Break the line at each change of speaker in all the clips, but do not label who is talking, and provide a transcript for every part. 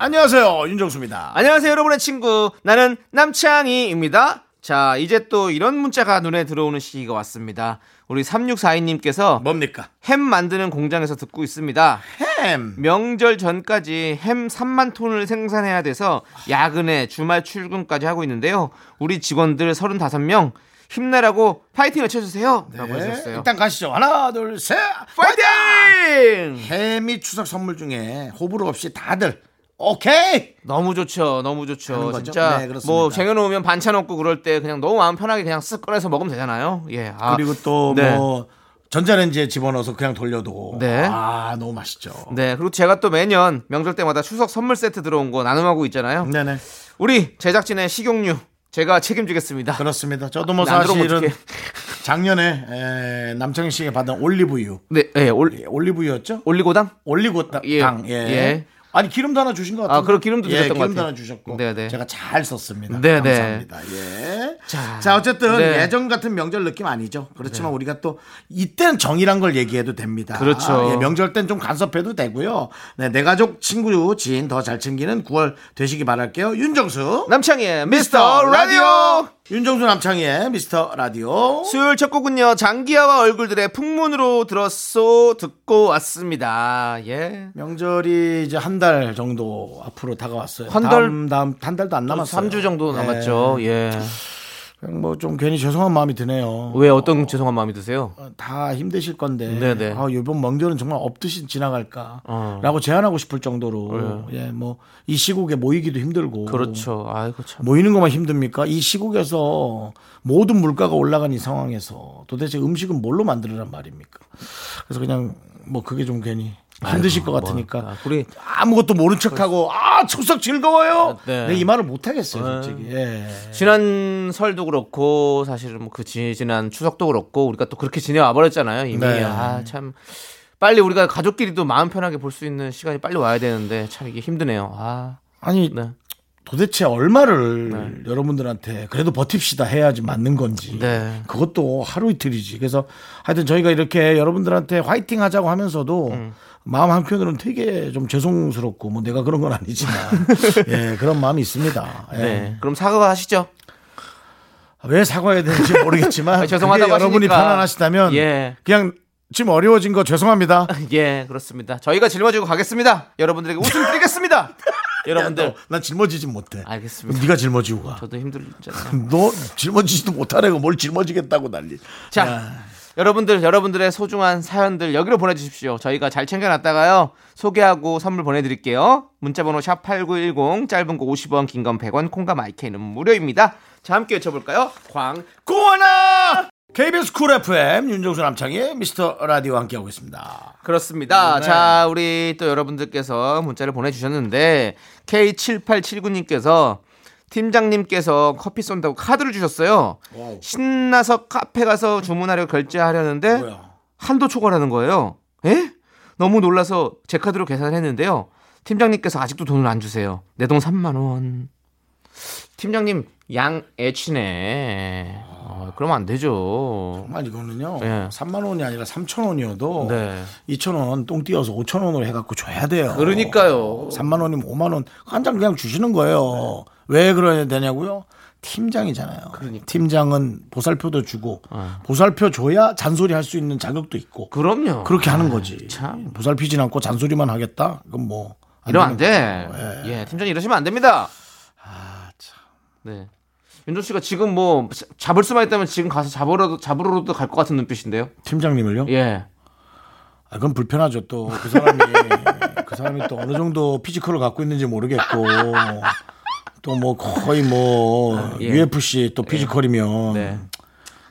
안녕하세요 윤정수입니다.
안녕하세요, 여러분의 친구. 나는 남창희입니다. 자, 이제 또 이런 문자가 눈에 들어오는 시기가 왔습니다. 우리 3642님께서
뭐-
뭡니까?
햄 만드는 공장에서 듣고 있습니다.
햄.
명절 전까지 햄 3만 톤을 생산해야 돼서 야근에 주말 출근까지 하고 있는데요. 우리 직원들 35명 힘내라고 파이팅 외쳐주세요. 라고
네,
하셨어요.
일단 가시죠. 하나 둘 셋.
파이팅!
햄이 추석 선물 중에 호불호 없이 다들 오케이.
너무 좋죠, 너무
하는
좋죠.
거죠?
진짜
네, 그렇습니다.
뭐 쟁여놓으면 반찬 없고 그럴 때 그냥 너무 마음 편하게 그냥 쓱 꺼내서 먹으면 되잖아요. 예. 아,
그리고 또 뭐
네.
전자레인지에 집어넣어서 그냥 돌려도
네.
아 너무 맛있죠.
네, 그리고 제가 또 매년 명절 때마다 추석 선물 세트 들어온 거 나눔하고 있잖아요.
네네
우리 제작진의 식용유 제가 책임지겠습니다.
그렇습니다. 저도 뭐
네, 안 들어오면
사실은
어떡해.
작년에 에, 남창희 씨가 받은 올리브유
네, 예, 올,
예, 올리브유였죠?
올리고당?
올리고당
예.
예.
예.
아니 기름도 하나 주신 것 같아요.
아, 그럼 기름도
예,
드렸던 것
기름도
같아요.
하나 주셨고
네네.
제가 잘 썼습니다.
네네.
감사합니다. 예. 자,
자,
어쨌든
네.
예전 같은 명절 느낌 아니죠. 그렇지만 우리가 또 이때는 정이란 걸 얘기해도 됩니다.
그렇죠.
예, 명절 땐 좀 간섭해도 되고요. 네, 내 가족, 친구, 지인 더 잘 챙기는 9월 되시기 바랄게요. 윤정수.
남창희의 미스터 라디오!
윤정수 남창희의 미스터 라디오.
수요일 첫 곡은요, 장기하와 얼굴들의 풍문으로 들었소 듣고 왔습니다. 예.
명절이 이제 한 달 정도 앞으로 다가왔어요.
한
다음, 다음 한 달도 안 남았어요. 네.
3주 정도 남았죠. 예.
뭐 좀 괜히 죄송한 마음이 드네요.
왜 어떤 죄송한 마음이 드세요?
어, 다 힘드실 건데
네네. 어.
아, 이번 명절은 정말 없듯이 지나갈까라고 제안하고 싶을 정도로 예 뭐 이 시국에 모이기도 힘들고
그렇죠. 아이고 참.
모이는 것만 힘듭니까? 이 시국에서 모든 물가가 올라간 이 상황에서 도대체 음식은 뭘로 만들란 말입니까? 그래서 그냥 뭐 그게 좀 괜히 힘드실 것 같으니까
아, 우리
아무것도 모른 척하고 아 추석 즐거워요.
아, 네.
근데 이 말을 못 하겠어요, 솔직히. 예.
지난 설도 그렇고 사실은 뭐그 지- 지난 추석도 그렇고 우리가 또 그렇게 지내와 버렸잖아요 이미
네.
아 참 빨리 우리가 가족끼리도 마음 편하게 볼 수 있는 시간이 빨리 와야 되는데 참 이게 힘드네요 아
아니
네.
도대체 얼마를 여러분들한테 그래도 버팁시다 해야지 맞는 건지
네.
그것도 하루 이틀이지 그래서 하여튼 저희가 이렇게 여러분들한테 화이팅 하자고 하면서도 마음 한편으로는 되게 좀 죄송스럽고 뭐 내가 그런 건 아니지만 예 그런 마음이 있습니다 예.
네. 그럼 사과하시죠
왜 사과해야 되는지 모르겠지만
아, 죄송하다고
그게 여러분이
하시니까.
편안하시다면
예.
그냥 지금 어려워진 거 죄송합니다
예 그렇습니다 저희가 짊어지고 가겠습니다 여러분들에게 웃음 드리겠습니다
야,
여러분들
너, 난 짊어지진 못해
알겠습니다.
네가 짊어지고 가
저도 힘들잖아요
너 짊어지지도 못하래고 뭘 짊어지겠다고 난리
자, 여러분들 여러분들의 소중한 사연들 여기로 보내주십시오. 저희가 잘 챙겨놨다가요 소개하고 선물 보내드릴게요. 문자번호 샵 #8910 짧은 거 50원, 긴 건 100원, 콩과 마이크는 무료입니다. 자, 함께 외쳐볼까요? 광.
꼬아나 KBS 쿨 FM 윤정수 남창희 미스터 라디오 함께하고 있습니다.
그렇습니다.
네.
자, 우리 또 여러분들께서 문자를 보내주셨는데 K7879님께서 팀장님께서 커피 쏜다고 카드를 주셨어요.
와우.
신나서 카페 가서 주문하려 결제하려는데
뭐야?
한도 초과라는 거예요. 에? 너무 놀라서 제 카드로 계산했는데요. 팀장님께서 아직도 돈을 안 주세요. 내 돈 3만 원. 팀장님 양 애치네. 어, 그러면 안 되죠.
정말 이거는요.
예.
3만 원이 아니라 3천 원이어도
네.
2천 원똥 띄어서 5천 원으로 해갖고 줘야 돼요.
그러니까요.
3만 원이면 5만 원 한 장 그냥 주시는 거예요.
네.
왜 그래야 되냐고요? 팀장이잖아요.
그러니까.
팀장은 보살표도 주고
아.
보살표 줘야 잔소리 할 수 있는 자격도 있고
그럼요.
그렇게 하는 거지.
아, 참.
보살피진 않고 잔소리만 하겠다. 그건 뭐. 안
이러면 안
되는
돼.
거죠. 예.
예, 팀장님 이러시면 안 됩니다. 아, 참. 네. 윤종 씨가 지금 뭐 잡을 수만 있다면 지금 가서 잡으러도 잡으러도 갈 것 같은 눈빛인데요.
팀장님을요?
예.
아, 그건 불편하죠. 또 그 사람이 그 사람이 또 어느 정도 피지컬을 갖고 있는지 모르겠고 또 뭐 거의 뭐
예.
UFC 또 피지컬이면
네.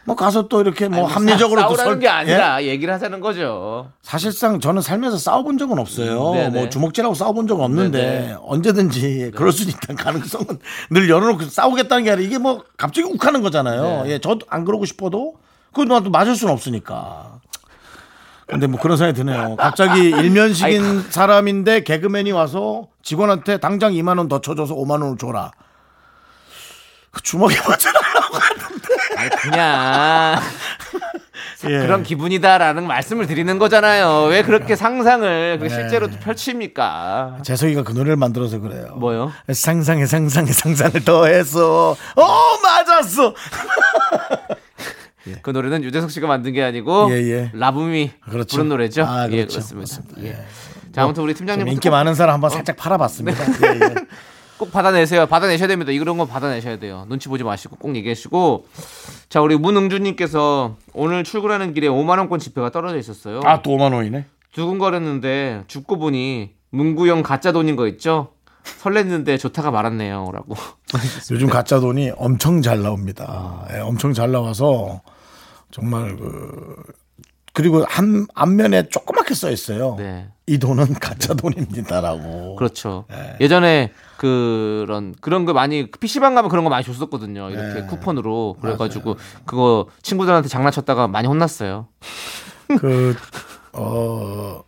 뭐 가서 또 이렇게 뭐
아니,
합리적으로
싸-
또
싸우라는
설-
게
예?
아니라 얘기를 하자는 거죠.
사실상 저는 살면서 싸워본 적은 없어요.
음, 네네.
뭐 주먹질하고 싸워본 적은 없는데
네네.
언제든지 그럴 수 있다는 가능성은 늘 열어놓고 싸우겠다는 게 아니라 이게 뭐 갑자기 욱하는 거잖아요.
네.
예, 저도 안 그러고 싶어도 그거 나도 맞을 수는 없으니까. 근데 뭐 그런 생각이 드네요. 갑자기 일면식인 사람인데 개그맨이 와서 직원한테 당장 2만 원 더 쳐줘서 5만 원을 줘라. 그 주먹에 맞으라고 하는데.
아니, 그냥
예.
그런 기분이다라는 말씀을 드리는 거잖아요. 왜 그렇게 상상을
네.
그렇게 실제로 또 펼칩니까?
재석이가 그 노래를 만들어서 그래요.
뭐요?
상상에 상상에 상상을 더해서 어 맞았어.
그 노래는 유재석 씨가 만든 게 아니고
예, 예.
라붐이
그렇죠.
부른 노래죠.
아,
예,
그렇죠.
그렇습니다. 예. 자, 아무튼 우리 팀장님
좀 인기 많은 사람 한번 살짝 팔아봤습니다.
네.
예, 예.
꼭 받아내세요. 받아내셔야 됩니다. 이런 거 받아내셔야 돼요. 눈치 보지 마시고 꼭 얘기하시고. 자, 우리 문응주님께서 오늘 출근하는 길에 5만 원권 지폐가 떨어져 있었어요.
아또 5만 원이네.
두근거렸는데 죽고 보니 문구형 가짜 돈인 거 있죠? 설렜는데 좋다가 말았네요라고.
요즘 가짜 돈이 엄청 잘 나옵니다. 예, 엄청 잘 나와서 정말 그 그리고 한 앞면에 조그맣게 써 있어요.
네.
이 돈은 가짜 돈입니다라고.
그렇죠.
네.
예전에 그런 그런 거 많이 PC방 가면 그런 거 많이 줬었거든요. 이렇게
네.
쿠폰으로 그래 가지고 그거 친구들한테 장난쳤다가 많이 혼났어요.
그, 어,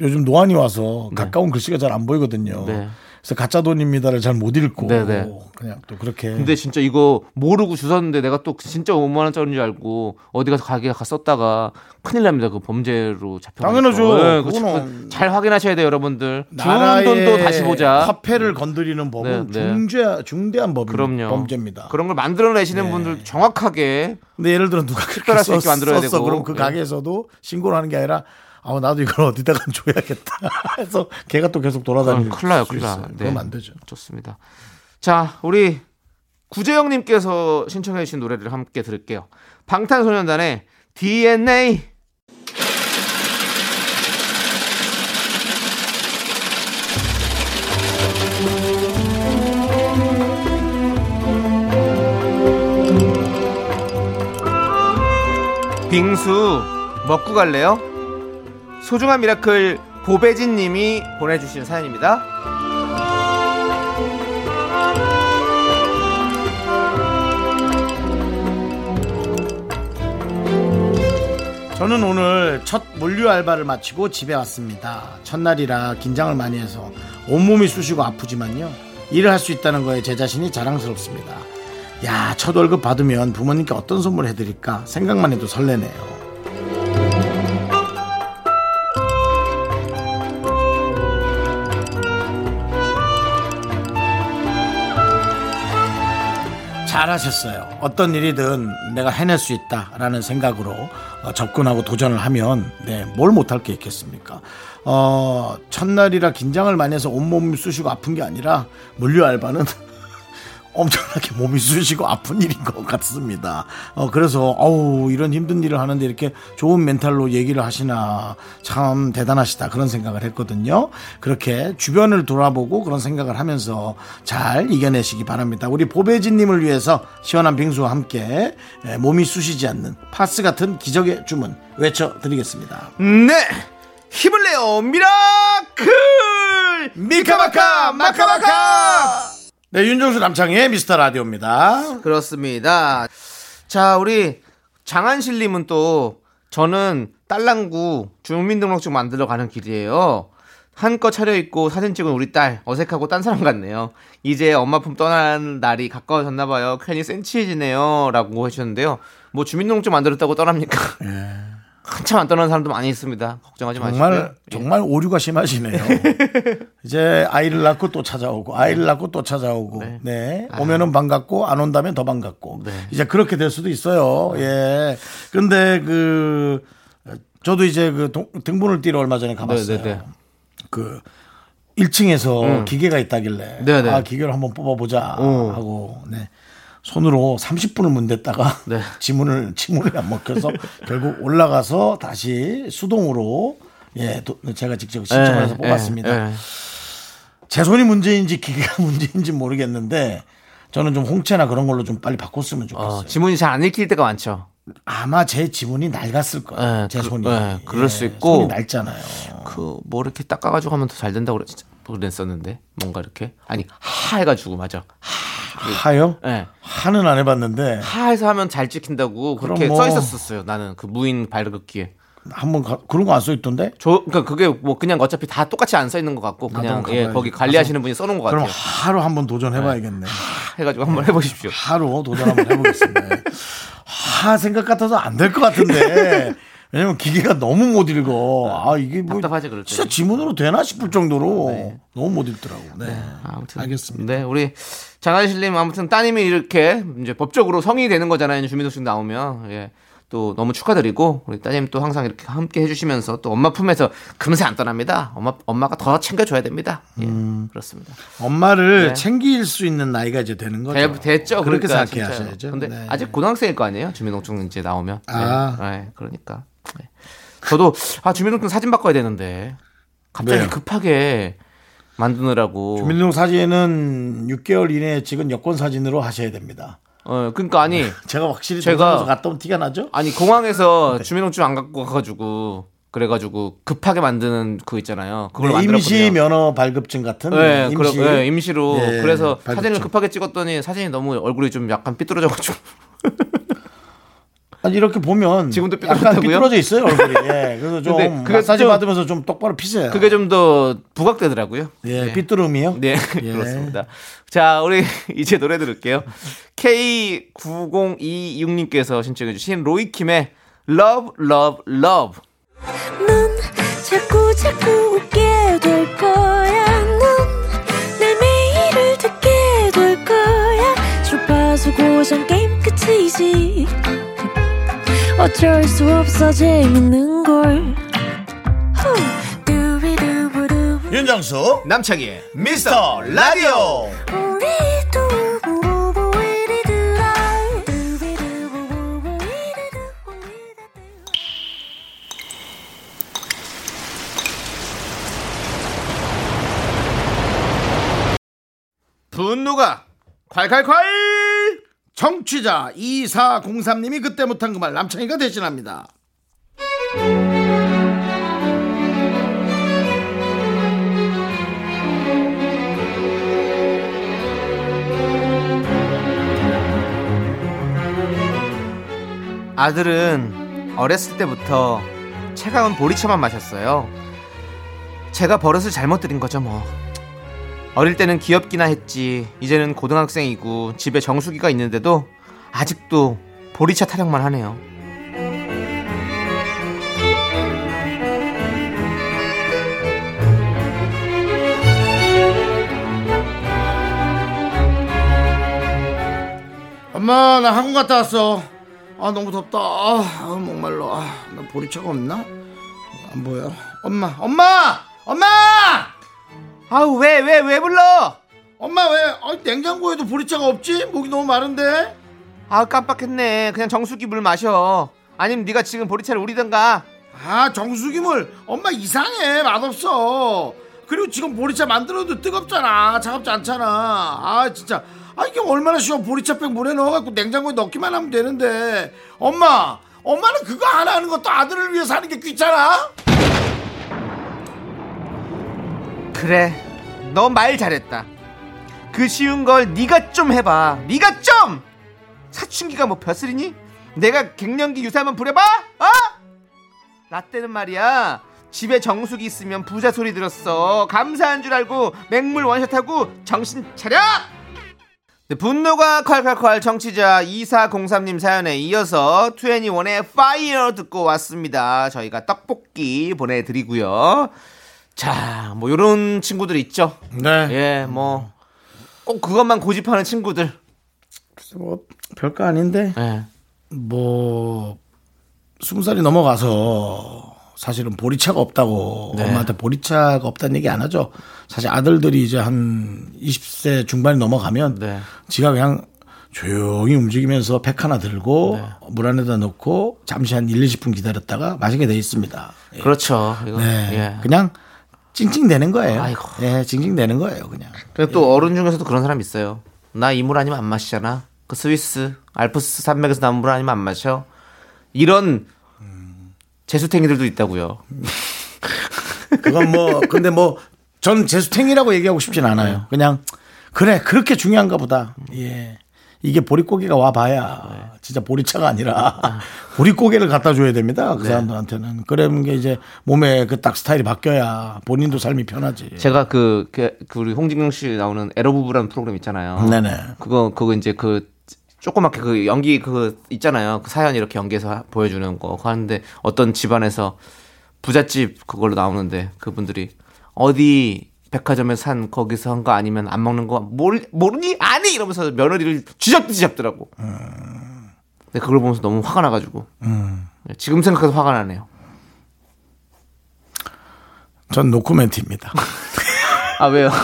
요즘 노안이 와서 가까운 글씨가 잘 안 보이거든요.
네.
그래서 가짜 돈입니다를 잘 못 읽고
네, 네.
그냥 또 그렇게
근데 진짜 이거 모르고 주웠는데 내가 또 진짜 5만 원짜리인 줄 알고 어디 가서 가게 가 썼다가 큰일 납니다. 그 범죄로 잡혀.
당연하죠. 그거는.
잘 확인하셔야 돼요, 여러분들. 좋은
나라의
돈도 다시 보자.
화폐를 건드리는 법은
네, 네.
중죄 중대한 법
그럼요.
범죄입니다. 네.
그런 걸 만들어내시는 분들 정확하게
근데 예를 들어 누가 그렇게
특별할 수 있게
썼,
만들어야
썼어
되고.
그럼 그
예.
가게에서도 신고를 하는 게 아니라 아 나도 이걸 어디다가 줘야겠다 해서 걔가 또 계속 돌아다니는
그럼 큰일 나요,
수
큰일 나.
있어요.
네.
그럼 안 되죠.
좋습니다. 자, 우리 구재영님께서 신청해주신 노래를 함께 들을게요. 방탄소년단의 DNA. 빙수 먹고 갈래요? 소중한 미라클 보배진 님이 보내주신 사연입니다.
저는 오늘 첫 물류 알바를 마치고 집에 왔습니다. 첫날이라 긴장을 많이 해서 온몸이 쑤시고 아프지만요. 일을 할 수 있다는 거에 제 자신이 자랑스럽습니다. 야, 첫 월급 받으면 부모님께 어떤 선물을 해드릴까 생각만 해도 설레네요. 잘하셨어요. 어떤 일이든 내가 해낼 수 있다라는 생각으로 어, 접근하고 도전을 하면 네, 뭘 못할 게 있겠습니까? 어, 첫날이라 긴장을 많이 해서 온몸이 쑤시고 아픈 게 아니라 물류 알바는 엄청나게 몸이 쑤시고 아픈 일인 것 같습니다. 어, 그래서, 어우, 이런 힘든 일을 하는데 이렇게 좋은 멘탈로 얘기를 하시나 참 대단하시다. 그런 생각을 했거든요. 그렇게 주변을 돌아보고 그런 생각을 하면서 잘 이겨내시기 바랍니다. 우리 보배진님을 위해서 시원한 빙수와 함께 에, 몸이 쑤시지 않는 파스 같은 기적의 주문 외쳐드리겠습니다.
네! 힘을 내요! 미라클!
미카마카! 마카마카! 네, 윤정수 남창의 미스터 라디오입니다.
그렇습니다. 자, 우리 장한실님은 또 저는 딸랑구 주민등록증 만들러 가는 길이에요. 한껏 차려입고 사진 찍은 우리 딸 어색하고 딴 사람 같네요. 이제 엄마 품 떠난 날이 가까워졌나 봐요. 괜히 센치해지네요라고 하셨는데요. 뭐 주민등록증 만들었다고 떠납니까? 한참 안 떠나는 사람도 많이 있습니다. 걱정하지
예.
마시고요. 예.
정말 정말 오류가 심하시네요. 이제 아이를 낳고 또 찾아오고 아이를
네.
낳고 또 찾아오고 네, 오면은 반갑고 안 온다면 더 반갑고
네.
이제 그렇게 될 수도 있어요. 예. 근데 그 저도 이제 그 동- 등본을 띄러 얼마 전에 가봤어요.
네네네.
그 1층에서 기계가 있다길래
네네. 어.
아 기계를 한번 뽑아보자 하고 네. 손으로 30분을 문댔다가
네.
지문을 지문이 안 먹혀서 결국 올라가서 다시 수동으로 예 도- 제가 직접 신청을 해서
예,
뽑았습니다.
예, 예.
제 손이 문제인지 기계가 문제인지 모르겠는데 저는 좀 홍채나 그런 걸로 좀 빨리 바꿨으면 좋겠어요.
어, 지문이 잘 안 읽힐 때가 많죠.
아마 제 지문이 낡았을 거예요.
예,
제
그-
손이.
예, 그럴 수 있고.
손이 낡잖아요.
그 뭐 이렇게 닦아가지고 하면 더 잘 된다고 그랬, 그랬었는데 뭔가 이렇게 아니 하 해가지고 맞아
하요?
예.
하는 안 해봤는데
하에서 하면 잘 찍힌다고
그럼
그렇게
뭐.
써 있었었어요. 나는 그 무인 발급기에.
한번 가- 그런 거 안 써 있던데?
저 그러니까 그게 뭐 그냥 어차피 다 똑같이 안 써 있는 것 같고 그냥
한번
예,
가봐야지.
거기 관리하시는 분이 써놓은 것 같아요.
그럼 하루 한번 도전해봐야겠네.
하 해가지고 한번 해보십시오.
하루 도전 한번 해보겠습니다. 예. 하 생각 같아서 안 될 것 같은데. 왜냐면 기계가 너무 못 읽어. 아 이게 뭐
네. 답답하지, 그럴 네. 때.
진짜 지문으로 되나 싶을 정도로 너무 못 읽더라고. 네.
아무튼
알겠습니다.
네, 우리 장하실님 아무튼 따님이 이렇게 이제 법적으로 성인이 되는 거잖아요. 주민등록 나오면 예. 또 너무 축하드리고 우리 따님 또 항상 이렇게 함께 해주시면서 또 엄마 품에서 금세 안 떠납니다. 엄마 엄마가 더 챙겨줘야 됩니다. 예,
음.
그렇습니다.
엄마를
네.
챙길 수 있는 나이가 이제 되는 거죠.
대, 됐죠.
그렇게
그러니까
생각하셔야죠.
진짜요. 근데
네.
아직 고등학생일 거 아니에요? 주민등록증 이제 나오면.
아.
네. 네, 그러니까. 네. 저도 아 주민등록증 사진 바꿔야 되는데 갑자기
왜요?
급하게 만드느라고.
주민등록 사진은 6개월 이내에 찍은 여권 사진으로 하셔야 됩니다.
어, 그러니까 아니
제가 확실히
제가-
제가 갔다 오면 티가 나죠?
아니
네.
공항에서 주민등록증 안 갖고 가가지고 그래가지고 급하게 만드는 그거 있잖아요. 그걸
네, 임시
만들었거든요.
면허 발급증 같은
네,
임시.
임시. 네, 임시로
예,
그래서
발급증.
사진을 급하게 찍었더니 사진이 너무 얼굴이 좀 약간 삐뚤어져가지고
아. 아니 이렇게 보면
지금도
약간
삐뚤었다고요?
삐뚤어져 있어요 얼굴이. 예, 그래서 좀
근데 그게
마사지
좀-
받으면서 좀 똑바로 피세요.
그게 좀 더 부각되더라고요.
예, 삐뚤음이요.
네, 그렇습니다. 자, 우리 이제 노래 들을게요. K9026님께서 신청해주신 로이킴의 Love, Love, Love.
넌 자꾸 자꾸 웃게 될 거야. 넌내 매일을 듣게 될 거야. 주파수 고정 게임 끝이지. 어쩔 수 없어 재밌는 걸. 후. 두비두부두.
윤정수
남창희의
미스터 라디오.
우리 두부부부 우리 두라. 두비두부부부 우리 두, 우리 두.
분노가 콸콸콸!
정취자 2403님이 그때 못한 그 말 남창희가 대신합니다.
아들은 어렸을 때부터 차가운 보리차만 마셨어요. 제가 버릇을 잘못 들인 거죠, 뭐. 어릴 때는 귀엽기나 했지. 이제는 고등학생이고 집에 정수기가 있는데도 아직도 보리차 타령만 하네요.
엄마 나 학원 갔다 왔어. 아 너무 덥다. 아, 아, 목말라. 아, 나 보리차가 없나? 안 보여. 엄마, 엄마, 엄마,
아우, 왜, 왜, 왜 불러?
엄마 왜 아, 냉장고에도 보리차가 없지? 목이 너무 마른데.
아, 깜빡했네. 그냥 정수기 물 마셔. 아니면 네가 지금 보리차를 우리던가.
아 정수기물 엄마 이상해 맛없어 그리고 지금 보리차 만들어도 뜨겁잖아 차갑지 않잖아 아 진짜 아 이게 얼마나 쉬워 보리차팩 물에 넣어갖고 냉장고에 넣기만 하면 되는데 엄마 엄마는 그거 안 하는 것도 아들을 위해서 하는 게 귀찮아
그래 너 말 잘했다 그 쉬운 걸 네가 좀 해봐 네가 좀 사춘기가 뭐 벼슬이니 내가 갱년기 유세 한번 부려봐 어 라떼는 말이야 집에 정수기 있으면 부자 소리 들었어 감사한 줄 알고 맹물 원샷하고 정신 차려 네, 분노가 콸콸콸 청취자 2403님 사연에 이어서 21의 파이어 듣고 왔습니다 저희가 떡볶이 보내드리고요 자, 뭐 요런 친구들 있죠.
네
예, 뭐 꼭 그것만 고집하는 친구들.
뭐, 별거 아닌데
예.
뭐 스무 살이 넘어가서 사실은 보리차가 없다고 엄마한테 보리차가 없다는 얘기 안 하죠. 사실 아들들이 이제 한 20세 중반이 넘어가면
네.
지가 그냥 조용히 움직이면서 팩 하나 들고
네.
물 안에다 넣고 잠시 한 1, 20분 기다렸다가 마시게 돼 있습니다. 예.
그렇죠. 이거.
네.
예.
그냥 찡찡대는 거예요.
아이고.
예, 찡찡대는 거예요, 그냥.
근데 또 어른 중에서도 그런 사람 있어요. 나 이 물 아니면 안 마시잖아. 그 스위스 알프스 산맥에서 나온 물 아니면 안 마셔. 이런 재수탱이들도 있다고요.
그건 뭐 근데 뭐 전 재수탱이라고 얘기하고 싶진
네.
않아요. 그냥 그래 그렇게 중요한가 보다. 예. 이게 보릿고개가 와봐야
네.
진짜 보리차가 아니라 보릿고개를 갖다 줘야 됩니다.
네.
그 사람들한테는 그런 게 이제 몸에 그 딱 스타일이 바뀌어야 본인도 삶이 편하지.
제가 그, 그, 그 우리 홍진경 씨 나오는 에러부부라는 프로그램 있잖아요.
네네.
그거 그거 이제 그 조그맣게 그 연기 그 있잖아요. 그 사연 이렇게 연기해서 하- 보여주는 거 그거 하는데 어떤 집안에서 부잣집 그걸로 나오는데 그분들이 어디 백화점에 산 거기서 한 거 아니면 안 먹는 거 모르, 모르니 아니 이러면서 며느리를 쥐잡듯이잡더라고. 근데 그걸 보면서 너무 화가 나가지고 음. 지금 생각해서 화가 나네요.
전 노코멘트입니다.
아 왜요?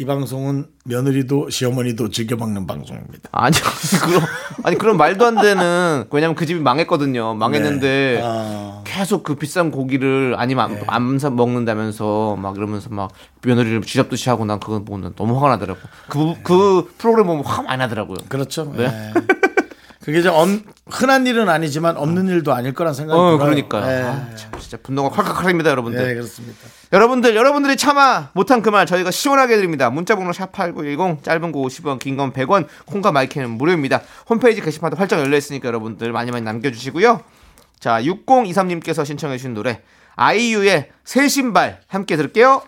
이 방송은 며느리도 시어머니도 즐겨 먹는 방송입니다.
아니요. 그럼 아니 그런 말도 안 되는 왜냐면 그 집이 망했거든요. 망했는데
아,
계속 그 비싼 고기를 아니면
네.
안, 안 사- 먹는다면서 막 이러면서 막 며느리를 쥐잡듯이 하고 난 그건 보면 너무 화가 나더라고. 그, 그 프로그램 보면 화가 많이 나더라고요.
네. 그렇죠. 예. 그게 이제 엄- 흔한 일은 아니지만 없는 일도 아닐 거란 생각이
어,
들어요.
그러니까요.
예.
아, 참, 진짜 분노가 콸콸콸입니다, 여러분들.
네, 그렇습니다.
여러분들, 여러분들이 참아 못한 그 말 저희가 시원하게 드립니다. 문자번호 샵8910, 짧은 거 50원, 긴 건 100원, 콩과 마이크는 무료입니다. 홈페이지 게시판도 활짝 열려있으니까 여러분들 많이 많이 남겨주시고요. 자, 6023님께서 신청해주신 노래, 아이유의 새 신발 함께 들을게요.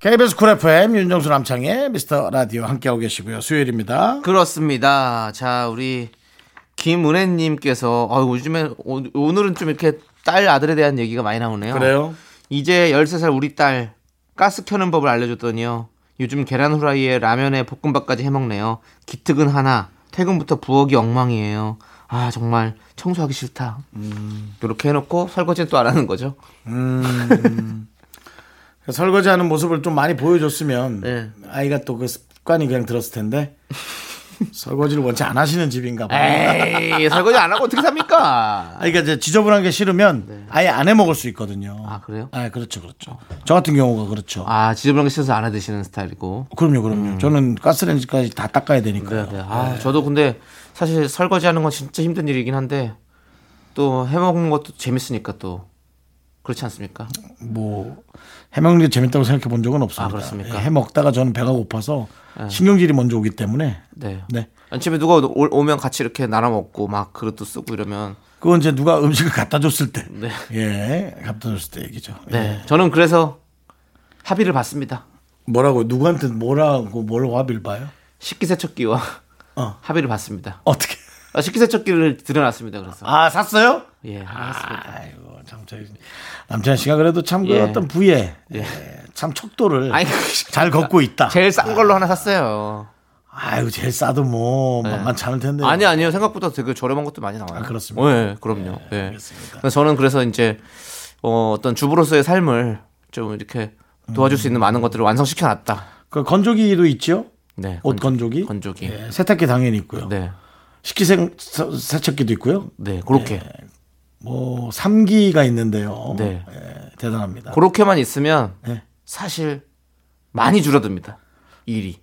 KBS 쿨 FM 윤정수 남창의 미스터 라디오 함께하고 계시고요. 수요일입니다.
그렇습니다. 자, 우리 김은혜님께서 어, 요즘에 오, 오늘은 좀 이렇게 딸 아들에 대한 얘기가 많이 나오네요. 이제 13살 우리 딸 가스 켜는 법을 알려줬더니요. 요즘 계란 후라이에 라면에 볶음밥까지 해먹네요. 기특은 하나, 퇴근부터 부엌이 엉망이에요. 아 정말 청소하기 싫다. 이렇게 해놓고 설거지는 또 안 하는 거죠.
그 설거지하는 모습을 좀 많이 보여줬으면
네.
아이가 또 그 습관이 그냥 들었을 텐데 설거지를 원체 안 하시는 집인가
아,
봐요.
에이 설거지 안 하고 어떻게 삽니까?
아, 그러니까 이제 지저분한 게 싫으면 아예 안 해 먹을 수 있거든요.
네. 아, 그래요?
아, 그렇죠, 그렇죠. 저 같은 경우가 그렇죠.
아 지저분한 게 싫어서 안 해드시는 스타일이고.
그럼요, 그럼요. 저는 가스레인지까지 다 닦아야 되니까요.
네, 네. 아, 저도 근데 사실 설거지하는 건 진짜 힘든 일이긴 한데 또 해먹는 것도 재밌으니까 또 그렇지 않습니까?
뭐 해먹는 게 재밌다고 생각해 본 적은 없습니다. 예,
아, 그렇습니까?
해 먹다가 저는 배가 고파서 신경질이 먼저 오기 때문에
네.
네.
아니, 집에 누가 오, 오면 같이 이렇게 나눠 먹고 막 그릇도 쓰고 이러면
그건 이제 누가 음식을 갖다 줬을 때,
네.
예, 갖다 줬을 때 얘기죠.
네.
예.
저는 그래서 합의를 받습니다.
뭐라고 누구한테 뭐라고 뭘 화비를 봐요?
식기세척기와
어.
합의를 받습니다.
어떻게?
아, 식기세척기를 들여놨습니다. 그래서
아 샀어요?
예, 알겠습니다.
아이고 참 저희 남찬 씨가 그래도 참 그
예.
어떤 부에 예, 참 척도를
아니, 그
잘 걷고 있다.
제일 싼 걸로 하나 샀어요.
아이고 제일 싸도 뭐 만만치 않을 텐데.
네. 아니 아니요 생각보다 되게 저렴한 것도 많이 나와요.
아, 그렇습니까? 네,
예, 그럼요. 예. 그래서 저는 그래서 이제 어, 어떤 주부로서의 삶을 좀 이렇게 도와줄 수 있는 많은 것들을 완성시켜 놨다.
그 건조기도 있죠?
네.
옷 건조기,
건조기.
예, 세탁기 당연히 있고요.
네.
식기생 서- 세척기도 있고요.
네. 그렇게.
뭐 3기가 있는데요.
네.
예, 대단합니다.
그렇게만 있으면
네.
사실 많이 줄어듭니다. 일이.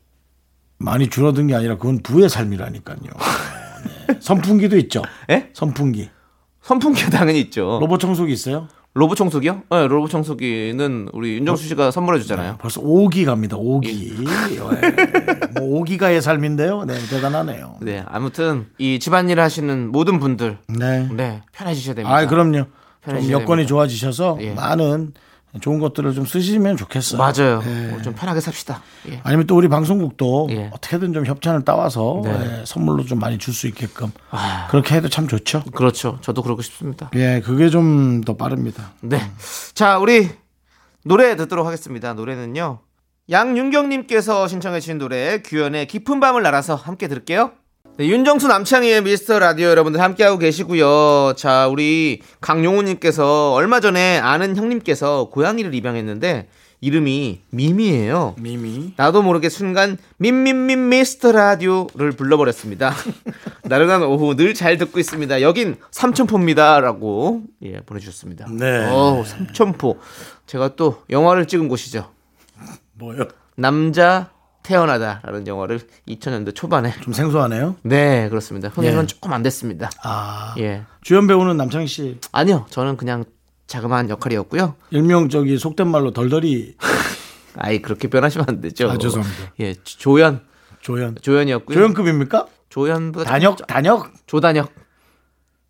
많이 줄어든 게 아니라 그건 부의 삶이라니까요. 네. 선풍기도 있죠.
예?
선풍기.
선풍기 당연히 있죠.
로봇 청소기 있어요?
로봇 청소기요? 네, 로봇 청소기는 우리 윤정수 씨가 선물해 주잖아요.
벌써 5기 갑니다. 5기. 예. 뭐 5기가의 삶인데요. 네, 대단하네요.
네, 아무튼 이 집안일 하시는 모든 분들
네.
네, 편해지셔야 됩니다.
아, 그럼요. 좀
편해지게
여건이
됩니다.
좋아지셔서
예.
많은 좋은 것들을 좀 쓰시면 좋겠어요.
맞아요. 뭐좀 편하게 삽시다. 예.
아니면 또 우리 방송국도
예.
어떻게든 좀 협찬을 따와서
네.
예, 선물로 좀 많이 줄 수 있게끔 그렇게 해도 참 좋죠.
그렇죠. 저도 그러고 싶습니다.
아. 예, 그게 좀 더 빠릅니다.
네. 자, 우리 노래 듣도록 하겠습니다. 노래는요. 양윤경님께서 신청해주신 노래, 규현의 깊은 밤을 날아서 함께 들을게요. 네, 윤정수 남창희의 미스터 라디오 여러분들 함께하고 계시고요. 자, 우리 강용호님께서 얼마 전에 아는 형님께서 고양이를 입양했는데 이름이 미미예요.
미미.
나도 모르게 순간 민민민 미스터 라디오를 불러버렸습니다. 나른한 오후 늘 잘 듣고 있습니다. 여긴 삼천포입니다라고 예 보내주셨습니다.
네.
어우, 삼천포. 제가 또 영화를 찍은 곳이죠.
뭐요?
남자 태어나다라는 영화를 2000년대 초반에
좀 생소하네요.
네 그렇습니다. 흥행은
예.
조금 안 됐습니다.
아
예
주연 배우는 남창희 씨
아니요 저는 그냥 자그마한 역할이었고요.
일명 저기 속된 말로 덜덜이
아이 그렇게 변하시면 안 되죠.
아, 죄송합니다.
예 조- 조연
조연
조연이었고요.
조연급입니까?
조연 보다
단역 단역
조단역 근데-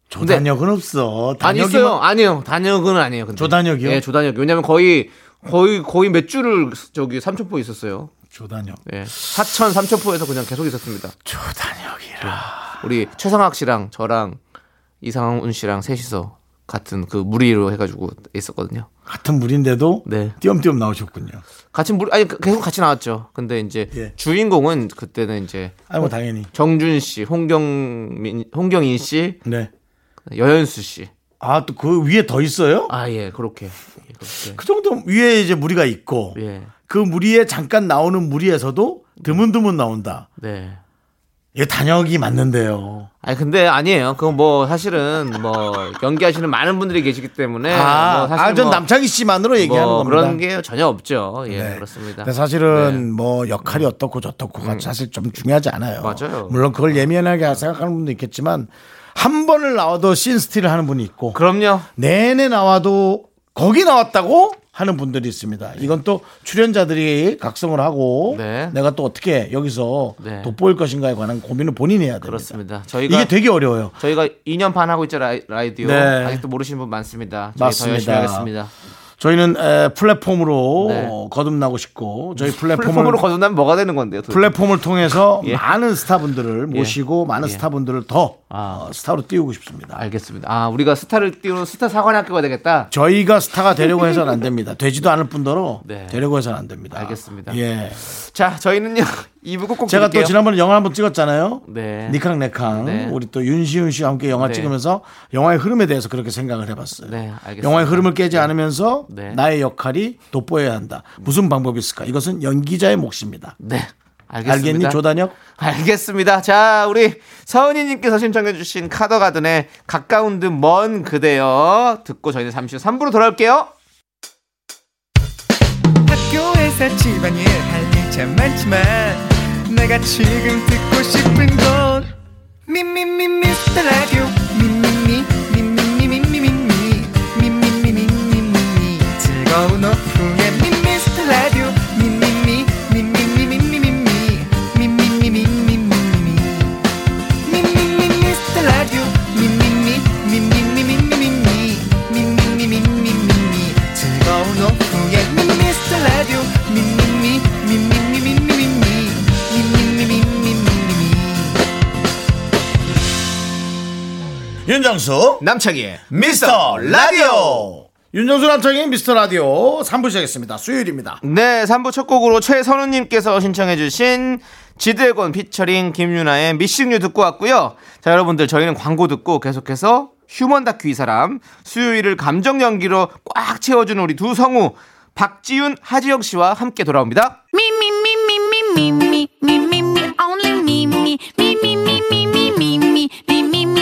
조단역은 없어.
아니
단역이면-
있어요. 아니요 단역은 아니에요. 근데.
조단역이요?
예 조단역. 왜냐면 거의 거의 거의 몇 주를 저기 삼천포 있었어요.
조단역
예 사천 삼천포에서 그냥 계속 있었습니다.
조단역이라.
우리 최상학 씨랑 저랑 이상훈 씨랑 셋이서 같은 그 무리로 해가지고 있었거든요.
같은 물인데도
네.
띄엄띄엄 나오셨군요.
같이 무리 아니 계속 같이 나왔죠. 근데 이제
예.
주인공은 그때는 이제
아니 뭐 당연히
정준 씨, 홍경민, 홍경인 씨,
네.
여현수 씨.
아 또 그 위에 더 있어요?
아 예 그렇게. 예, 그렇게.
그 정도 위에 이제 무리가 있고
예. 음.
그 무리에 잠깐 나오는 무리에서도 드문드문 나온다.
네.
이게 단역이 맞는데요.
아니 근데 아니에요. 그건 뭐 사실은 뭐 연기하시는 많은 분들이 계시기 때문에
아,
뭐 사실
아, 전
뭐-
남창희 씨만으로 얘기하는
뭐
겁니다.
그런 게 전혀 없죠. 예
네.
그렇습니다. 네. 음.
근데 사실은 뭐 역할이 어떻고 저떻고가 사실 좀 중요하지 않아요.
맞아요. 음.
물론 그걸 예민하게 생각하는 분도 있겠지만 한 번을 나와도 씬스틸을 하는 분이 있고
그럼요.
내내 나와도 거기 나왔다고 하는 분들이 있습니다. 이건 또 출연자들이 각성을 하고
네.
내가 또 어떻게 여기서
네.
돋보일 것인가에 관한 고민을 본인이 해야 됩니다.
그렇습니다. 저희가
이게 되게 어려워요.
저희가 2년 반 하고 있죠 라- 라디오
네.
아직도 모르시는 분 많습니다. 저희 더 열심히
맞습니다.
하겠습니다.
저희는 에, 플랫폼으로
네.
거듭나고 싶고 저희 플랫폼을
플랫폼으로 거둔다면 뭐가 되는 건데요? 도대체?
플랫폼을 통해서
예.
많은 스타분들을 모시고 많은 스타분들을 더
아.
어, 스타로 띄우고 싶습니다.
알겠습니다. 아 우리가 스타를 띄우는 스타 사관학교가 되겠다.
저희가 스타가 되려고 해서는 안 됩니다. 되지도 않을 뿐더러
네.
되려고 해서는 안 됩니다.
알겠습니다.
예.
자 저희는요 2부 꼭꼭
제가
드릴게요.
또 지난번에 영화 한번 찍었잖아요.
네.
니캉 네캉
네.
우리 또 윤시윤 씨와 함께 영화
네.
찍으면서 영화의 흐름에 대해서 그렇게 생각을 해봤어요.
네, 알겠습니다.
영화의 흐름을 깨지 않으면서
네.
나의 역할이 돋보여야 한다. 무슨 방법이 있을까? 이것은 연기자의 몫입니다.
네 알겠습니다.
알겠니 조단혁?
알겠습니다. 자, 우리 서은이님께서 신청해주신 카더가든의 가까운 듯 먼 그대여 듣고 저희는 잠시 후 3부로 돌아올게요.
학교에서 집안일 할 일 참 많지만 내가 지금 듣고 싶은 건 미미미 미스터 라디오 미미미 미미미미미미 미미미미미미 즐거운 오후에 미스터 라디오 미미미 미미미미미미 미미미미미미미 미미미 미스터 라디오 미미미 미미미미미미 미미미미미미 즐거운 오후에 미스터 라디오 미미미 미미미미미미 미미미미미미미
윤정수
남창희의
미스터 라디오 윤정수 남창의 미스터 라디오 3부 시작했습니다. 수요일입니다.
네, 3부 첫 곡으로 최선우님께서 신청해주신 지드래곤 피처링 김유나의 미싱류 듣고 왔고요. 자, 여러분들 저희는 광고 듣고 계속해서 휴먼 다큐 이 사람 수요일을 감정 연기로 꽉 채워준 우리 두 성우 박지윤 하지영 씨와 함께 돌아옵니다.
Me, me, me, me, me, me, me, me, me, me, only me, me, me, me, me, me, me, me, me, me, me, me,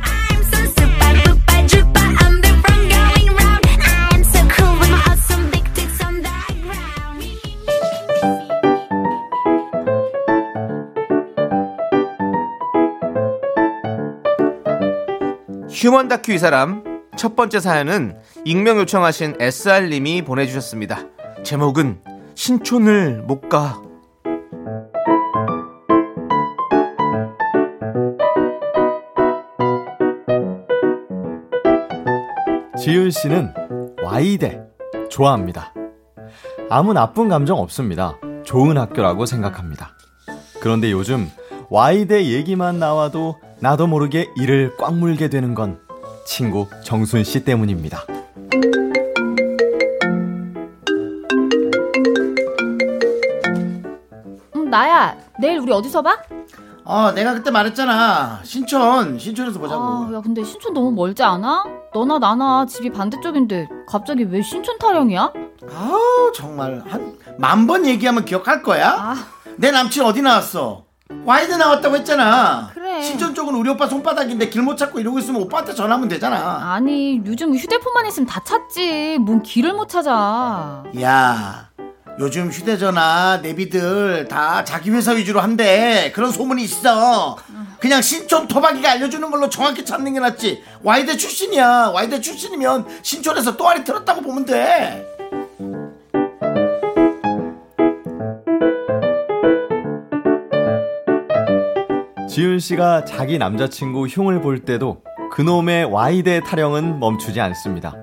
I'm so super, duper, duper, I'm the one going round. I'm so cool with my awesome big tits on the ground. Me, me, me, me, me, me, me.
휴먼 다큐 이 사람 첫 번째 사연은 익명 요청하신 SR님이 보내주셨습니다. 제목은 신촌을 못 가.
지윤 씨는 Y대, 좋아합니다. 아무 나쁜 감정 없습니다. 좋은 학교라고 생각합니다. 그런데 요즘 와이대 얘기만 나와도 나도 모르게 이를 꽉 물게 되는 건 친구 정순 씨 때문입니다.
음, 나야, 내일 우리 어디서 봐?
어, 내가 그때 말했잖아. 신촌, 신촌에서 보자고.
아, 야, 근데 신촌 너무 멀지 않아? 너나 나나 집이 반대쪽인데 갑자기 왜 신촌 타령이야?
아우 정말 한 만 번 얘기하면 기억할 거야?
아.
내 남친 어디 나왔어? 와이드 나왔다고 했잖아.
그래.
신촌 쪽은 우리 오빠 손바닥인데 길 못 찾고 이러고 있으면 오빠한테 전화하면 되잖아.
아니, 요즘 휴대폰만 있으면 다 찾지. 뭔 길을 못 찾아.
야, 요즘 휴대전화 내비들 다 자기 회사 위주로 한대. 그런 소문이 있어. 그냥 신촌 토박이가 알려주는 걸로 정확히 찾는 게 낫지. 와이드 출신이야. 와이드 출신이면 신촌에서 또아리 틀었다고 보면 돼.
지윤 씨가 자기 남자친구 흉을 볼 때도 그놈의 와이대 타령은 멈추지 않습니다.